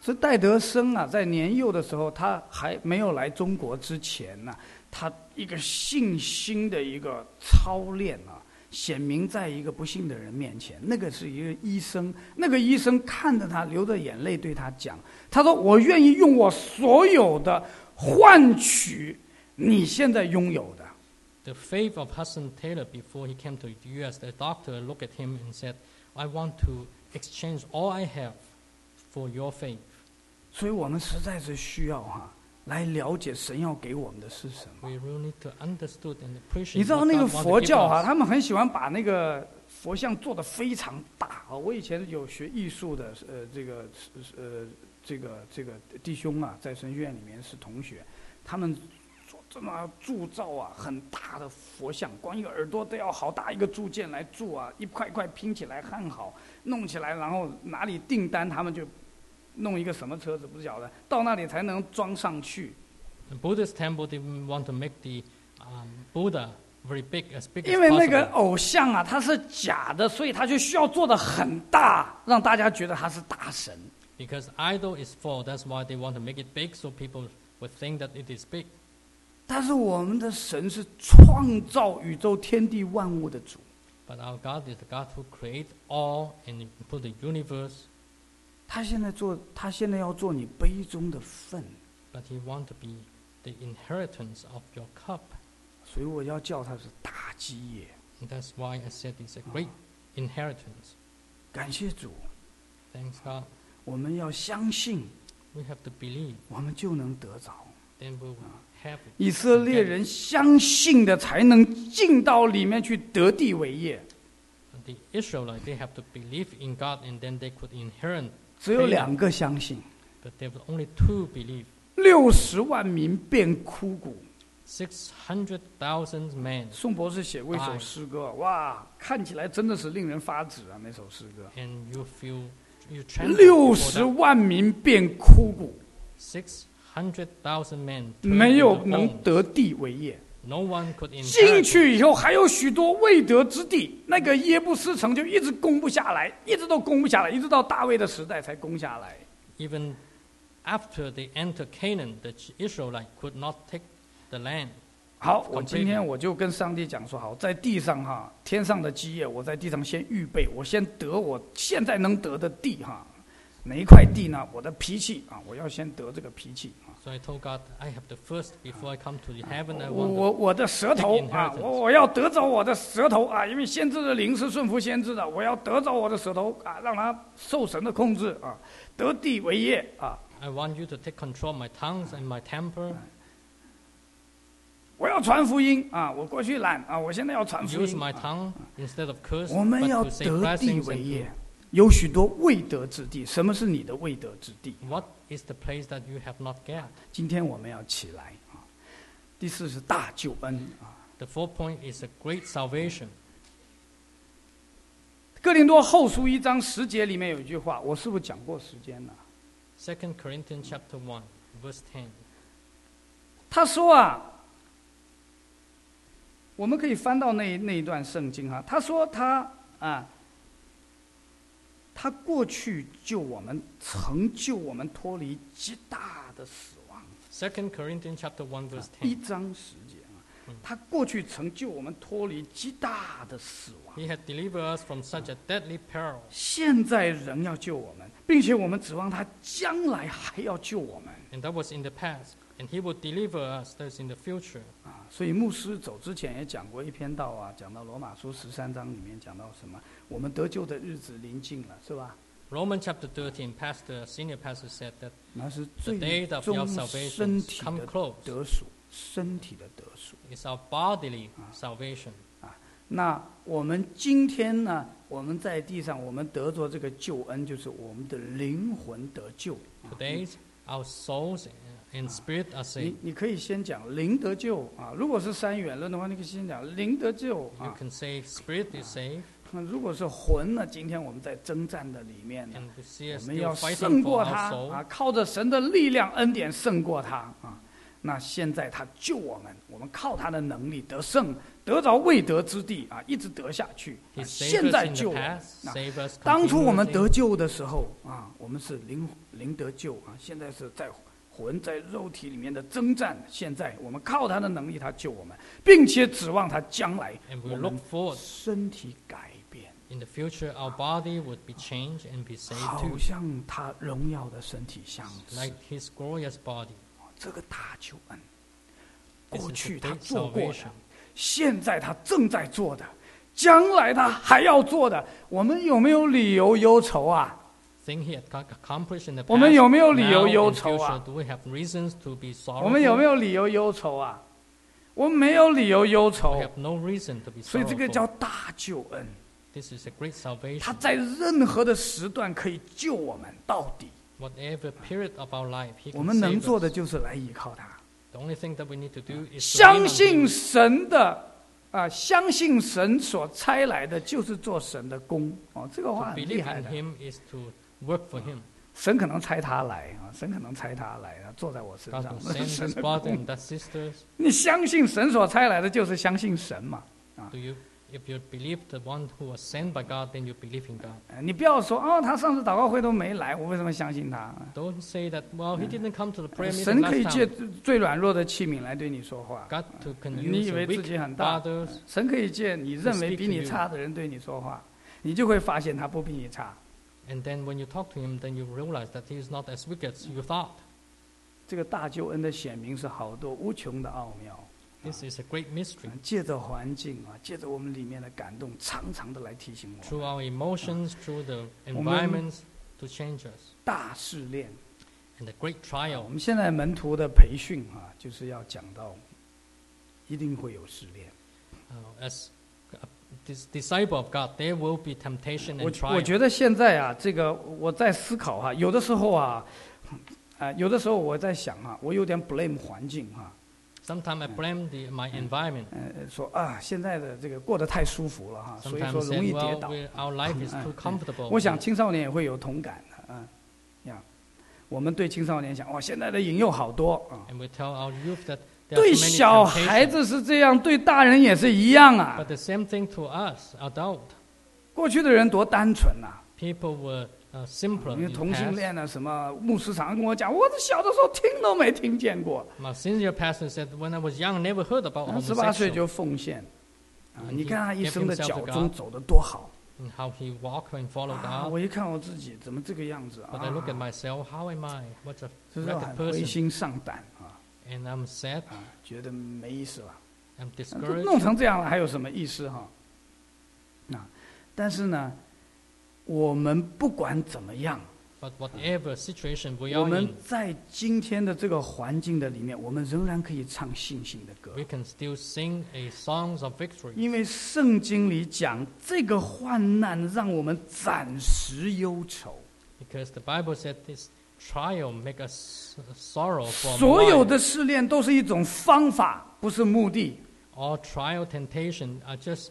S1: 这戴德生啊，在年幼的时候，他还没有来中国之前呢、他一个信心的一个操练啊，显明在一个不信的人面前。那个是一个医生，那个医生看着他，流着眼泪对他讲：“他说，我愿意用我所有的换取你现在拥有的。
S2: the faith of Hudson Taylor before he came to the U.S., the doctor looked at him and said, I want to exchange all I have for your faith. ”
S1: 所以，我们实在是需要哈、来了解神要给我们的是什么。
S2: We really need to understand and appreciate
S1: 你知道
S2: what
S1: 那个
S2: God
S1: 佛
S2: want to
S1: 教
S2: give
S1: 啊，
S2: us.
S1: 他们很喜欢把那个佛像做得非常大啊。我以前有学艺术的，呃，这个呃，这个这个弟兄啊，在神学院里面是同学，他们做这么铸造啊，很大的佛像，光一个耳朵都要好大一个铸件来铸啊，一块一块拼起来焊好，弄起来，然后哪里订单他们就弄一个什么车子不晓得，到那里才能装上去。
S2: The Buddhist temple, they want to make the um, Buddha very big, as big
S1: (laughs) 因
S2: as
S1: 为那
S2: possible.
S1: 个偶像啊，他是假的，所以他就需要做的很大，让大家觉得他是大神。
S2: Because idol is full, that's why they want to make it big so people would think that it is big.
S1: 但是我们的神是创造宇宙天地万物的主，
S2: But our God is the God who creates all and put the universe,
S1: 他现在做，他现在要做你杯中的份，
S2: but He wants to be the inheritance of your cup.
S1: 所以我要叫他是大基业。
S2: And that's why I said it's a great inheritance.
S1: 感谢主，
S2: Thanks God.
S1: 我们要相信，
S2: We have to believe,
S1: 我们就能得着。
S2: then we will have it.
S1: 以色列人相信的，才能进到里面去得地为业。
S2: But the Israelites, they have to believe in God and then they could inherit.
S1: 只有两个相信，
S2: But there were only two believe.
S1: 六十万民变枯骨。
S2: 600,000 men.
S1: 宋博士写过一首诗歌，哇，看起来真的是令人发指啊！那首诗歌，
S2: And you feel, you tremble. before
S1: 六
S2: that.
S1: 十万民变枯骨，
S2: 600,000 men
S1: 没有
S2: turned into
S1: 能
S2: bones.
S1: 得地为业。
S2: No one could
S1: 进
S2: inherit.
S1: 去以后还有许多未得之地，那个耶布斯城就一直攻不下来，一直都攻不下来，一直到大卫的时代才攻下来。
S2: Even after they entered Canaan, the Israelites could not take the land.
S1: 好，我
S2: Completely.
S1: 今天我就跟上帝讲说，好，在地上哈，天上的基业，我在地上先预备，我先得我现在能得的地哈，哪一块地呢？我的脾气啊，我要先得这个脾气啊，
S2: So I told God, I have the first before I come to the heaven. I
S1: 我
S2: want
S1: 我我的舌头
S2: Take
S1: 啊，
S2: inheritance.
S1: 我我要得着我的舌头啊，因为先知的灵是顺服先知的，我要得着我的舌头啊，让它受神的控制啊，得地为业啊，
S2: the- I want you to take control of my tongues and my temper.
S1: 我要传福音啊，我过去懒啊，我现在要传福
S2: Use
S1: 音
S2: my
S1: 啊。
S2: tongue instead of curse,
S1: 我们
S2: but
S1: 要
S2: to say
S1: 得地
S2: blessings.
S1: 为
S2: And
S1: 业
S2: to-，
S1: 有许多未得之地。什么是你的未得之地？
S2: what is the place that you have not got?
S1: 今天我们要起来啊！第四是大救恩啊！
S2: The fourth point is a great salvation.
S1: 哥林多后书一章十节里面有一句话，我是不是讲过时间呢、
S2: Second Corinthians chapter one, verse ten.
S1: 他说啊，我们可以翻到那那一段圣经哈、他说他啊，他过去救我们，曾救我们脱离极大的死亡。
S2: Second Corinthians chapter one, verse
S1: 啊一
S2: ten.
S1: 章十节啊
S2: 嗯，
S1: 他过去曾救我们脱离极大的死亡，
S2: He had delivered us from such a deadly peril.
S1: 现在仍要救我们，并且我们指望他将来还要救我们
S2: And that was in the past. And he will deliver us that's in the future.
S1: 啊！所以牧师走之前也讲过一篇道啊，讲到罗马书十三章里面讲到什么？我们得救的日子临近了，是吧？
S2: Romans chapter 13, pastor, senior pastor said that
S1: 那是
S2: the
S1: 最
S2: day of
S1: 终
S2: your salvation
S1: 身
S2: has
S1: 体
S2: come
S1: 的
S2: close.
S1: 得赎，身体的得赎。
S2: It's our bodily salvation.
S1: 那我们今天呢？我们在地上，我们得着这个救恩，就是我们的灵魂得救。啊
S2: Today, our souls and spirit
S1: 你
S2: are saved.
S1: 你可以先讲灵得救啊，如果是三元论的话，你可以先讲灵得救
S2: You
S1: 啊。
S2: can say spirit is saved,
S1: 那如果是魂呢，今天我们在征战的里面呢，
S2: and we see us
S1: 我们要
S2: still
S1: 胜
S2: fighting
S1: 过
S2: for
S1: 它
S2: our soul.
S1: 啊，靠着神的力量恩典胜过它啊。那现在他救我们，我们靠他的能力得胜，得着未得之地啊，一直得下去。啊
S2: He
S1: 现
S2: saved
S1: 在
S2: us in
S1: 救
S2: the
S1: 我们
S2: past,
S1: 那
S2: save us
S1: 当初我们得
S2: continually.
S1: 救的时候啊，我们是灵灵得救啊，现在是在魂在肉体里面的征战。现在我们靠他的能力，他救我们，并且指望他将来
S2: And
S1: 我
S2: we
S1: 们
S2: look forward
S1: 身体改变，
S2: in the future, our body would be changed and be saved
S1: 好
S2: too,
S1: 像他荣耀的身体相似。
S2: like his glorious body.
S1: 这个大救恩，
S2: This
S1: 过
S2: is a
S1: 去他
S2: great
S1: 做过
S2: salvation.
S1: 的，现在他正在做的，将来他还要做的，我们有没有理由忧愁啊？
S2: Thing he had ac- accomplished in the
S1: 我们
S2: past,
S1: 有没有理由
S2: now
S1: 忧
S2: and
S1: 愁
S2: future,
S1: 啊？
S2: do we have reasons to be
S1: 我们有没
S2: sorrowful?
S1: 有理由忧愁啊？我们没有理由忧
S2: We
S1: 愁，
S2: have no reason to be
S1: 所以这个叫
S2: sorrowful.
S1: 大救恩，
S2: This is a great
S1: 他
S2: salvation.
S1: 在任何的时段可以救我们到底。
S2: Whatever period of our life, he
S1: 我们
S2: can
S1: 能
S2: save
S1: 做
S2: us.
S1: 的就是来依靠他，
S2: The only thing that we need to do is to lean
S1: 相
S2: on
S1: 信
S2: him.
S1: 神的。啊，相信神所差来的就是做神的工哦，这个话
S2: To
S1: 很厉
S2: believe
S1: 害
S2: in
S1: 的。
S2: him is to work for
S1: (laughs)
S2: him.
S1: 神可能差他来啊，神可能差他来啊，坐在我身
S2: God
S1: 上
S2: will。send
S1: 神
S2: his
S1: 的
S2: brother
S1: 工
S2: and that sisters
S1: (laughs) 你相信神所差来的，就是相信神嘛。
S2: Do you, if you believe the one who was sent by God, then you believe in God.
S1: 呃你不要说哦，他上次祷告会都没来，我为什么相信他？
S2: Don't say that, well, he didn't come to the prayer
S1: 神
S2: meeting
S1: 可以
S2: last
S1: 借
S2: time.
S1: 最软弱的器皿来对你说话，
S2: God to can
S1: 你
S2: use
S1: 以为
S2: the
S1: 自
S2: weak
S1: 己很大，
S2: others.
S1: 神可以借你认为
S2: speak
S1: 比
S2: to
S1: 你
S2: you
S1: 差的人对你说话，你就会发现他不比你差。
S2: And then when you talk to him, then you realize that he is not as wicked as you thought.
S1: 这个大救恩的显明是好多无穷的奥妙。
S2: This is a great mystery.
S1: 借着环境啊，借着我们里面的感动，常常的来提醒我们
S2: Through our emotions, through the environments to change us.
S1: 大试炼。
S2: And the great
S1: 我
S2: trial.
S1: 们现在门徒的培训啊，就是要讲到，一定会有试炼。
S2: Uh, as a dis- disciple of God, there will be
S1: 我
S2: temptation and
S1: 我
S2: trial.
S1: 觉得现在啊，这个我在思考哈、有的时候啊，啊、有的时候我在想啊，我有点 blame 环境哈、
S2: Sometimes I blame the, my environment.
S1: 呃，说啊，现在的这个过得太舒服了哈、啊所以说
S2: Sometimes
S1: 容
S2: say,
S1: 易跌
S2: well,
S1: 倒。
S2: we- our life is
S1: 嗯
S2: too
S1: 嗯
S2: comfortable.
S1: 我想青少年也会有同感的啊，呀，我们对青少年想，哇，现在的引诱好多啊，啊
S2: And we tell our youth that There are
S1: 对
S2: so many
S1: 小孩
S2: temptations.
S1: 子是这样，对大人也是一样啊
S2: But。the same thing to us, adult.
S1: 过去的人多单纯呐、
S2: People were uh, simpler
S1: 因为
S2: in
S1: 同
S2: past.
S1: 性恋啊，什么牧师常跟我讲，我小的时候听都没听见过，
S2: My senior pastor said, when I was young, I never heard about
S1: 十八岁
S2: homosexual
S1: 就奉献，啊，
S2: 嗯
S1: 你看他一生的脚
S2: give himself to
S1: 中
S2: God
S1: 走的多好
S2: and how he walked and followed
S1: 啊！
S2: God.
S1: 我一看我自己怎么这个样子
S2: But
S1: 啊
S2: I，look at myself, how am I? What's a
S1: 就是很
S2: record
S1: 灰
S2: person?
S1: 心丧胆啊
S2: And I'm sad,
S1: 啊，觉得没意思了。
S2: I'm
S1: 那都弄
S2: discouraged.
S1: 成这样了，还有什么意思哈？那但是呢，我们不管怎么样，
S2: But whatever situation we
S1: 我
S2: are
S1: 们
S2: in,
S1: 在今天的这个环境的里面，我们仍然可以唱信心的歌，
S2: we can still sing a songs of victory
S1: 因为圣经里讲，这个患难让我们暂时忧愁，
S2: because the Bible said this trial make us sorrow for a
S1: 所有
S2: while.
S1: 的试炼都是一种方法，不是目的。
S2: All trial temptation are just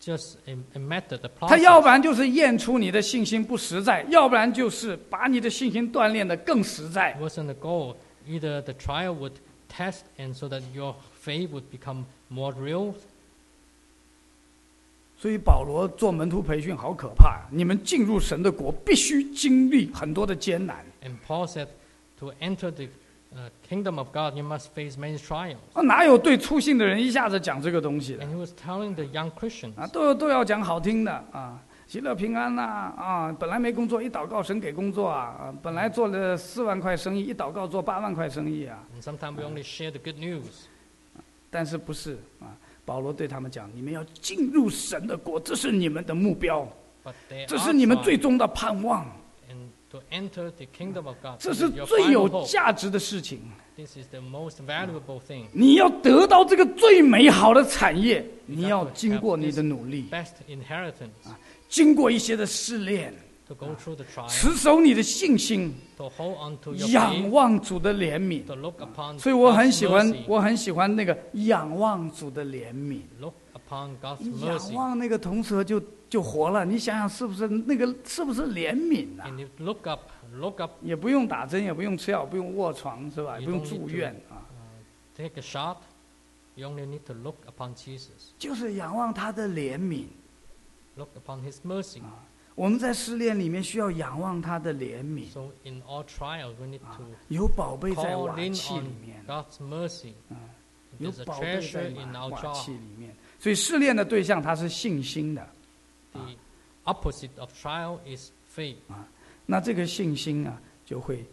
S2: just a, a method, a
S1: 他要
S2: process.
S1: 不然就是验出你的信心不实在，要不然就是把你的信心锻炼的更实在
S2: It。wasn't the goal. Either the trial would test and so that your faith would become more real.
S1: 所以保罗做门徒培训好可怕，你们进入神的国必须经历很多的艰难
S2: And Paul said, to enter the uh, kingdom of God, you must face many trials.
S1: 啊！哪有对初信的人一下子讲这个东西的
S2: And he was telling the young Christians,
S1: 啊？都都要讲好听的啊，喜乐平安呐啊本来没工作，一祷告神给工作啊啊！本来做了四万块生意，一祷告做八万块生意啊！
S2: and sometimes we only share the good news.
S1: 但是不是啊？保罗对他们讲：你们要进入神的国，这是你们的目标，
S2: But they
S1: 这
S2: are
S1: 是你们最
S2: trials,
S1: 终的盼望，
S2: and to enter the kingdom of God,
S1: 这
S2: this
S1: 是
S2: is your
S1: 最
S2: final
S1: 有
S2: hope.
S1: 价值的事情。
S2: This is the most valuable thing.
S1: 你要得到这个最美好的产业，你要经过你的努力，
S2: Best inheritance
S1: 经过一些的试炼，
S2: to go through the trial,
S1: 持守你的信心，
S2: to hold on to your
S1: 仰
S2: faith,
S1: 望主的怜悯。
S2: to look upon
S1: 所以我很
S2: God's
S1: 喜欢，
S2: mercy,
S1: 我很喜欢那个仰望主的怜悯，
S2: look upon God's
S1: 你仰
S2: mercy.
S1: 望那个铜蛇就就活了。你想想是不是那个是不是怜悯啊？
S2: And you look up, look up,
S1: 也不用打针，也不用吃药，不用卧床，是吧？也
S2: You
S1: 不用
S2: don't need
S1: 住
S2: to-
S1: 院啊，
S2: uh, take a shot. You only need to look upon Jesus,
S1: 就是仰望他的怜悯。
S2: look upon His mercy.
S1: 我们在试炼里面需要仰望他的怜悯。
S2: So in all trials, we need
S1: 啊
S2: to
S1: 有宝贝在
S2: call
S1: 瓦
S2: in
S1: 器里
S2: on
S1: 面，
S2: God's mercy.
S1: 有
S2: There's a
S1: 宝贝
S2: treasure
S1: 在
S2: in
S1: 瓦
S2: our
S1: 瓦
S2: jar.
S1: 器里面。所以试炼的对象他是信心的，
S2: The opposite of trial is faith,
S1: 那这个信心啊就会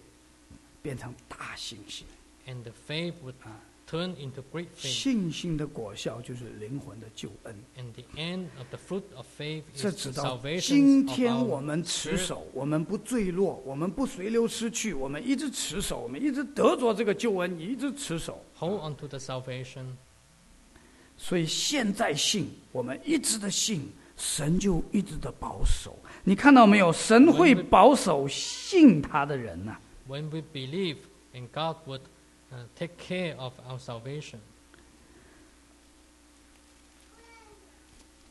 S1: 变成大信心。
S2: and the faith would turn into great faith.
S1: 信心的果效就是灵魂的救恩。
S2: And the end of the fruit of faith
S1: 这
S2: is
S1: 直
S2: the
S1: 到
S2: salvation 哦
S1: 今
S2: of
S1: 天，我
S2: our
S1: 们持守，我们不坠落，我们不随流失去，我们一直持守，我们一直得着这个救恩，一直持守。
S2: hold on to the salvation.
S1: 所以现在信，我们一直的信，神就一直的保守。你看到没有？神会保守信他的人呐、
S2: When we believe, and God would uh, take care of our salvation.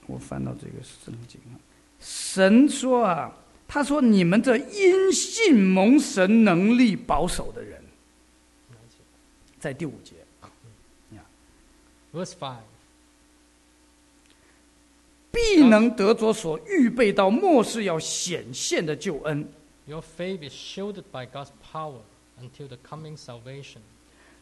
S1: 我翻到这个圣经啊，神说啊，他说你们这因信蒙神能力保守的人，在第五节，
S2: Verse 5.
S1: 必能得着所预备到末世要显现的救恩。
S2: Your faith is shielded by God's power until the coming salvation.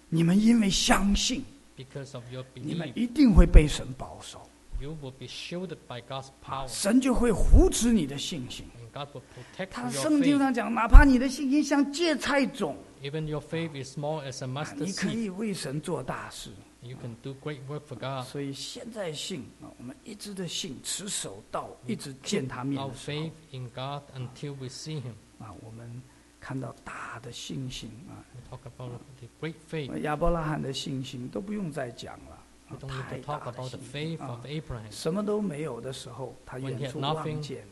S1: 你们因为相信，
S2: Because of your
S1: 你们
S2: belief,
S1: 一定会被神保守，
S2: you will be shielded by God's power,
S1: 神就会扶持你的信心。
S2: and God will protect
S1: 他
S2: your
S1: 圣经
S2: faith.
S1: 上讲，哪怕你的信心像芥菜种，
S2: Even your faith is small as a
S1: 啊
S2: mustard
S1: 你可
S2: seed,
S1: 以为神做大事。
S2: you can do great work for God.
S1: 所以现在信啊，我们一直的信，持守到一直见他面
S2: Our
S1: 的时候
S2: faith in God until we see Him.
S1: 啊，我们看到大的信心啊，
S2: We talk about the great faith.
S1: 亚伯拉罕的信心都不用再讲了，啊
S2: We don't need
S1: 太
S2: to
S1: 大
S2: talk
S1: 的
S2: about the
S1: 信心
S2: faith
S1: 啊
S2: of，Abraham.
S1: 什么都没有的时候，他
S2: When he
S1: 远
S2: had
S1: 处
S2: nothing 嗯
S1: 望见。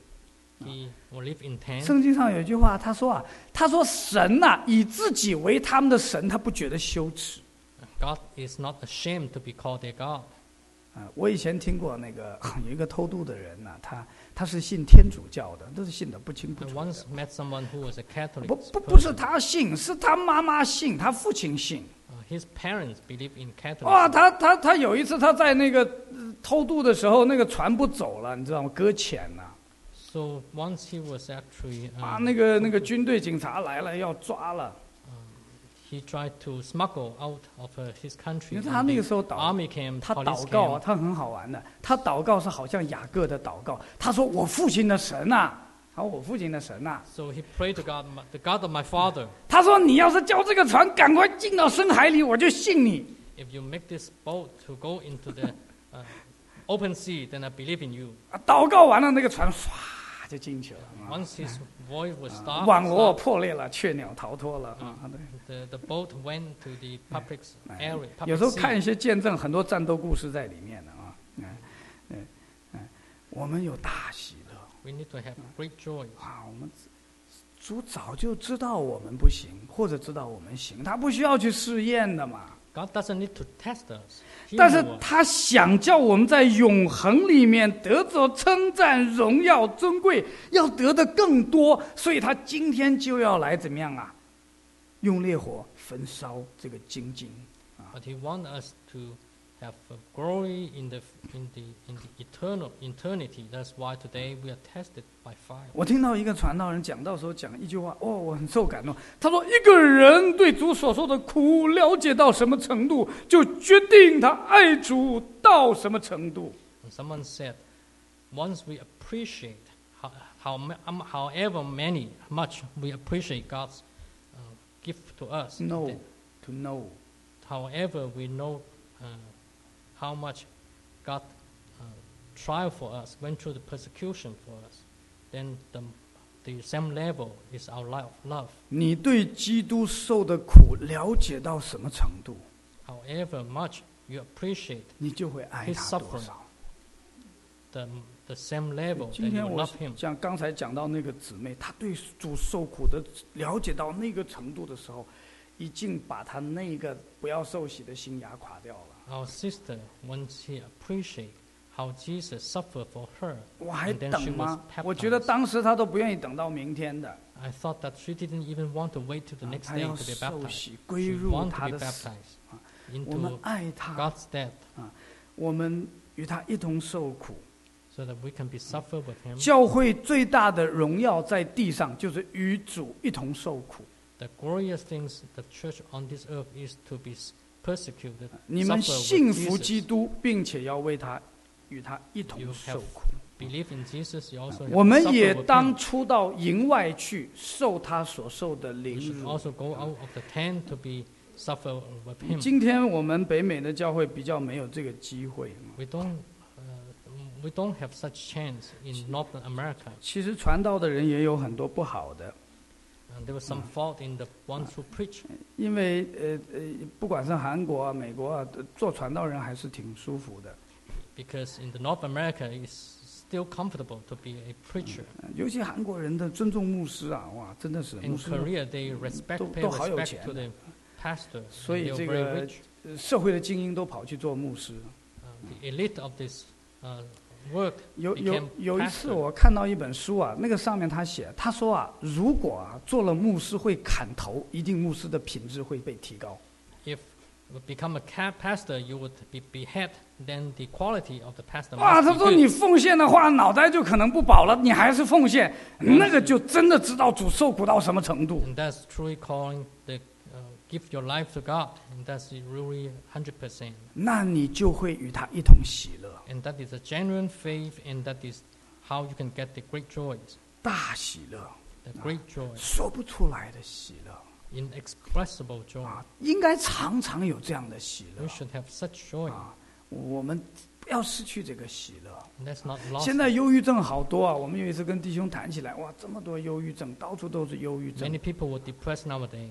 S2: He will live in tents.
S1: 圣经上有一句话，他说啊，他说神呐、以自己为他们的神，他不觉得羞耻。
S2: God is not ashamed to be called their God.
S1: 啊，我以前听过那个 (laughs) 有一个偷渡的人呐、他他是信天主教的，都是信的不清不
S2: I
S1: 楚的
S2: once met someone who was a Catholic.
S1: 不不不是
S2: person.
S1: 他信，是他妈妈信，他父亲信
S2: Uh, His parents believe in Catholicism.
S1: 哇，他他他有一次他在那个呃偷渡的时候，那个船不走了，你知道吗？搁浅了。
S2: So once he was actually,
S1: 啊，
S2: um,
S1: 那个那个军队警察来了，要抓了。
S2: he tried to smuggle out of uh,
S1: 因
S2: his country.
S1: 为
S2: and
S1: 他那
S2: the
S1: 个时候祷，
S2: army came,
S1: 他
S2: police
S1: 祷告
S2: came.
S1: 啊，他很好玩的。他祷告是好像雅各的祷告，他说：“我父亲的神呐、好，我父亲的神呐、
S2: So he prayed to God, my- the God of my father,
S1: 他说：“你要是叫这个船赶快进到深海里，我就信你。
S2: if you make this boat to go into the uh, open sea, then I believe in you. ”
S1: 啊，祷告完了，那个船唰就进去了。啊
S2: Once his voice was
S1: 啊
S2: stopped,
S1: 网罗
S2: stopped,
S1: 破裂了，雀鸟逃脱了啊！对，
S2: the, the boat went to the public area.
S1: 有
S2: Public
S1: 时候看
S2: sea.
S1: 一些见证，很多战斗故事在里面的啊。嗯嗯嗯，我们有大喜乐。
S2: We need to have great joy.
S1: 啊，我们主早就知道我们不行，或者知道我们行，他不需要去试验的嘛。
S2: God doesn't need to test us. He
S1: 但是
S2: knew us.
S1: 他想叫我们在永恒里面得着称赞、荣耀、尊贵，要得的更多，所以他今天就要来怎么样啊？用烈火焚烧这个精金。
S2: But he wants us to have uh, glory in the in the in the eternal eternity. That's why today we are tested by fire.
S1: 我听到一个传道人讲到时候讲一句话，哦，我很受感动。他说，一个人对主所受的苦了解到什么程度，就决定他爱主到什么程度。
S2: And someone said, once we appreciate how, how ma- um, however many much we appreciate God's uh, gift to us,
S1: Know
S2: then
S1: to know，
S2: however we know uh, how much God uh, trial for us, went through the persecution for us, then the the same level is our love. love.
S1: 你对基督受的苦了解到什么程度，
S2: However much you appreciate
S1: 你就会爱
S2: His
S1: 他多
S2: suffering
S1: 少。
S2: the, the same level
S1: 今
S2: that
S1: 天
S2: you
S1: 我
S2: love him.
S1: 讲刚才讲到那个姊妹，她对主受苦的了解到那个程度的时候，已经把她那个不要受洗的心压垮掉了。
S2: Our sister, when she appreciate how Jesus suffered for her,
S1: 我还
S2: And then
S1: 等
S2: she
S1: 吗
S2: was？
S1: 我觉得
S2: baptized.
S1: 当时他都不愿意等到明天的，
S2: I thought that she didn't even want to wait till the
S1: 啊
S2: next
S1: 他
S2: day
S1: 要
S2: to be
S1: 受
S2: baptized.
S1: 洗归
S2: She
S1: 入
S2: wanted to
S1: 他
S2: be
S1: 的死
S2: baptized
S1: 我们
S2: into
S1: 爱他，
S2: God's death
S1: 我们与他一同受苦。
S2: so that we can be suffered with him.
S1: 教会最大的荣耀在地上，就是与主一同受苦。
S2: The glorious things the church on this earth is to be s- persecuted,
S1: 你们
S2: suffer
S1: 信服
S2: with
S1: 基
S2: Jesus.
S1: 督，并且要为他与他一同
S2: You have
S1: 受苦。
S2: Believe in Jesus, you also have
S1: 我
S2: to
S1: 们也
S2: suffer with
S1: 当
S2: him.
S1: 出到营外去，受他所受的
S2: We
S1: 凌
S2: should
S1: 辱。
S2: also go out of the tent to be suffered with him.
S1: 今天我们北美的教会比较没有这个机会。
S2: We don't, uh, mm, we don't have such chance in Northern America.
S1: 其实传道的人也有很多不好的，
S2: And Uh, there was some
S1: Ah.
S2: fault in the ones who preach.
S1: 因为呃呃，不管是韩国啊、美国啊，呃做传道人还是挺舒服的，
S2: because in the North America, it's still comfortable to be a preacher.
S1: 呃尤其韩国人的尊重牧师啊，哇，真的是牧
S2: In
S1: 师，
S2: Korea, they
S1: Ah.
S2: respect,
S1: Don't-
S2: pay
S1: don't 好有
S2: respect
S1: 钱
S2: to the pastor. and
S1: 所以
S2: they are
S1: 这
S2: very
S1: 个
S2: rich.
S1: 呃社会的精英都跑去做牧师。
S2: Uh, the elite of this uh, work
S1: 有有
S2: became
S1: 有一次
S2: pastor.
S1: 我看到一本书啊，那个上面他写，他说啊，如果啊做了牧师会砍头，一定牧师的品质会被提高。
S2: If you become a ca- pastor, you would be behead, then the quality of the pastor
S1: 哇，他
S2: must
S1: 说
S2: be
S1: 你
S2: good.
S1: 奉献的话，脑袋就可能不保了，你还是奉献，那个就真的知道主受苦到什么程度。
S2: And that's truly calling the, uh, give your life to God. And that's really 100%.
S1: 那你就会与他一同喜乐，
S2: And that is a genuine faith, and that is how you can get the great joys,
S1: 大喜乐，
S2: the great joy.
S1: 说不出来的喜乐
S2: inexpressible joy.
S1: 啊！应该常常有这样的喜
S2: We
S1: 乐
S2: should have such joy.
S1: 啊！我们不要失去这个喜乐。
S2: Let's not lost.
S1: 现在忧郁症好多啊！我们有一次跟弟兄谈起来，哇，这么多忧郁症，到处都是忧郁
S2: Many
S1: 症，
S2: people were depressed nowadays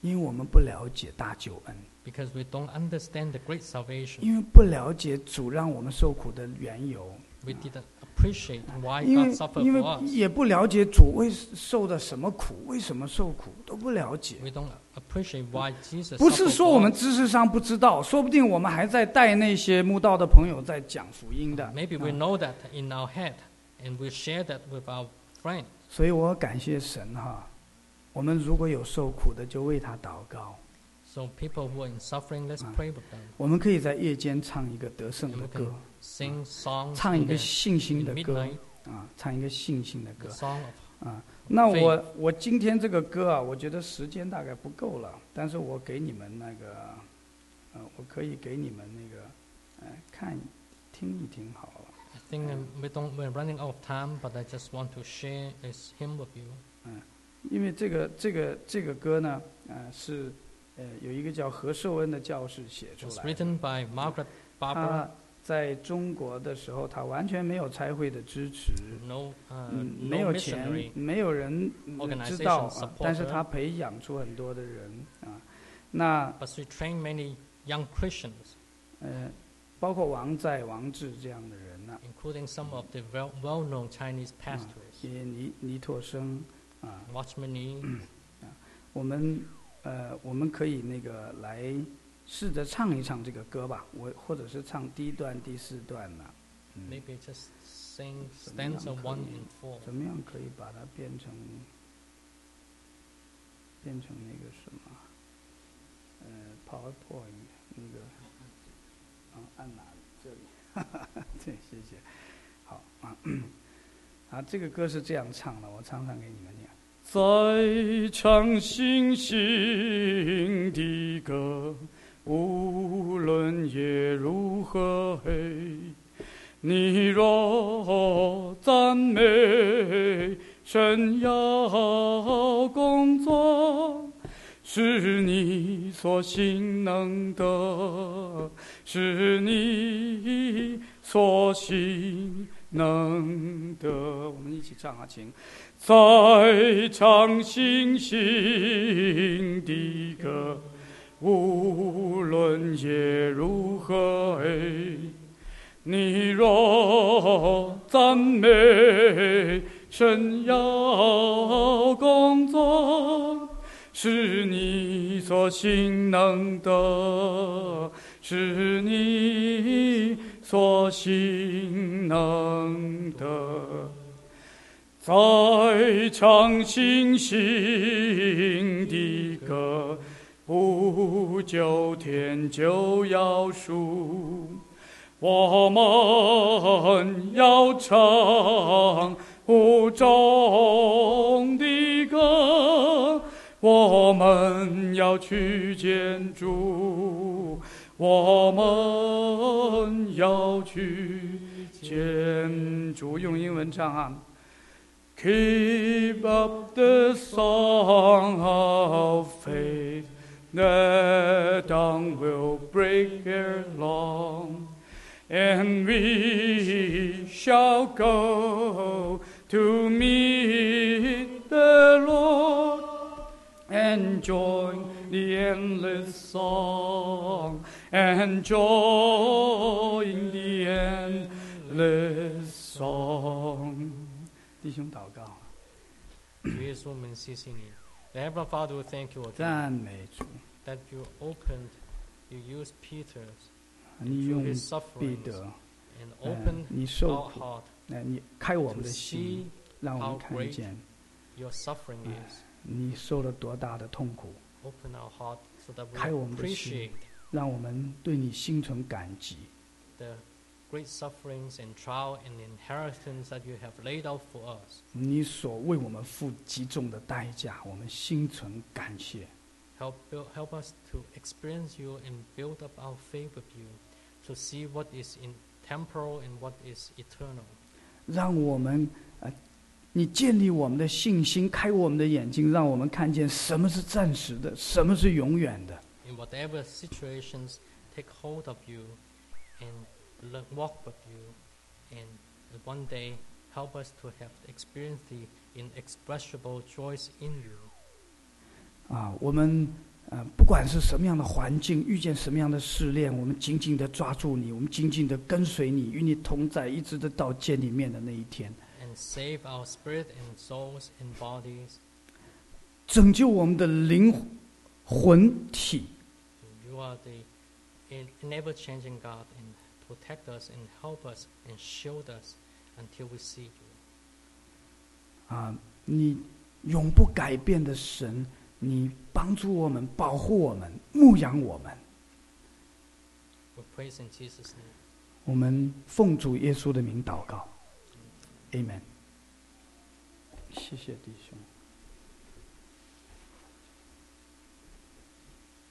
S1: 因为我们不了解大救恩，
S2: because we don't understand the great salvation.
S1: 因为不了解主让我们受苦的缘由，
S2: We didn't appreciate why
S1: 因
S2: God
S1: 为
S2: suffered
S1: 因
S2: for
S1: 为
S2: us.
S1: 也不了解主为受的什么苦，为什么受苦都不了解。
S2: We don't appreciate why Jesus
S1: 不是
S2: suffered
S1: 说我
S2: for
S1: 们
S2: us.
S1: 知识上不知道，说不定我们还在带那些慕道的朋友在讲福音的。
S2: 啊
S1: 啊
S2: Maybe we know that in our head and we share that with our friend.
S1: 所以我感谢神哈，我们如果有受苦的，就为他祷告。
S2: So people who are in suffering, let's
S1: Ah.
S2: pray with them.
S1: 我们可以在夜间唱一个得胜的
S2: And we
S1: 歌
S2: can，sing songs
S1: Ah. 唱一
S2: in
S1: 个
S2: the,
S1: 信心
S2: in
S1: 的歌
S2: midnight,
S1: 啊，唱一个信心的歌
S2: the song of
S1: 啊。那我我今天这个歌啊，我觉得时间大概不够了，但是我给你们那个，呃，我可以给你们那个，呃，看听一听好了。
S2: I think um, we don't, we're running out of time, but I just want to share this hymn with you.
S1: 因为这个这个这个歌呢，呃，是呃有一个叫何寿恩的教士写
S2: It
S1: 出
S2: was
S1: 来的。
S2: written by Margaret
S1: 他 Ah.
S2: Barber,
S1: 在中国的时候，他完全没有差会的支持，
S2: no, uh,
S1: 嗯，没
S2: no
S1: 有钱
S2: missionary.，
S1: 没有人嗯
S2: organization
S1: 知道、啊
S2: support，
S1: 但是他培养出很多的人啊。那
S2: But she trained many young Christians,
S1: 呃，包括王在、王志这样的人呢、
S2: including some of the well, well-known Chinese pastors,
S1: 也尼尼拓生啊，
S2: Watchman Nee.
S1: 我们呃，我们可以那个来试着唱一唱这个歌吧，我或者是唱第一段、第四段呢、嗯
S2: Maybe just sing
S1: Some
S2: stanza
S1: young
S2: one
S1: Korean.
S2: and four.
S1: 怎么样可以把它变成变成那个什么？呃，PowerPoint 那个，啊，按哪里？这里， (laughs) 对，谢谢。好啊，啊，这个歌是这样唱的，我唱唱给你们听。
S3: 在唱星星的歌，无论夜如何黑。你若赞美神要工作，是你所行能得，是你所行能得。
S1: 我们一起唱啊，请。
S3: 在唱星星的歌，无论夜如何黑。你若赞美神要工作，是你所行能得，是你所行能得。在唱星星的歌，不久天就要数，我们要唱无中的歌，我们要去见主，我们要去见主。
S1: 主用英文唱啊。
S3: Keep up the song of faith that dawn will break ere long, and we shall go to meet the Lord and join the endless song and join the endless song.
S1: 弟兄祷告，
S2: 主耶稣，我们谢谢你。The Heavenly Father, we thank you again
S1: 赞美主，
S2: that you opened, you used Peter
S1: 你
S2: through
S1: 用
S2: his
S1: 必
S2: sufferings
S1: 得，
S2: and
S1: 嗯
S2: opened，
S1: 你受
S2: our
S1: 苦，
S2: heart
S1: 那你开我们
S2: to
S1: 的心
S2: see，
S1: 让我们
S2: how
S1: 看
S2: great
S1: 见
S2: your suffering is.
S1: 你受了多大的痛苦，
S2: Open our heart so that
S1: 开我
S2: we
S1: 们的心
S2: appreciate，
S1: 让我们对你心存感激。
S2: the great sufferings and trial and inheritance that you have laid out for us.
S1: 你所为我们付极重的代价，我们心存感谢。
S2: Help, build, help us to experience you and build up our faith with you to see what is in temporal and what is eternal.
S1: 让我们呃，你建立我们的信心，开我们的眼睛，让我们看见什么是暂时的，什么是永远的。
S2: In whatever situations, take hold of you and learn, walk with you. And one day, help us to have experienced the inexpressible joys in you.
S1: 啊，我们呃，不管是什么样的环境，遇见什么样的试炼，我们紧紧的抓住你，我们紧紧的跟随你，与你同在，一直的到见里面的那一天，
S2: And save our spirit and souls and bodies.
S1: 拯救我们的灵魂体，
S2: You are the never changing God and protect us and help us and shield us until we see you.
S1: 啊，你永不改变的神，你帮助我们，保护我们，牧养我们。
S2: We praise in Jesus' name.
S1: 我们奉主耶稣的名祷告，Amen。谢谢弟兄。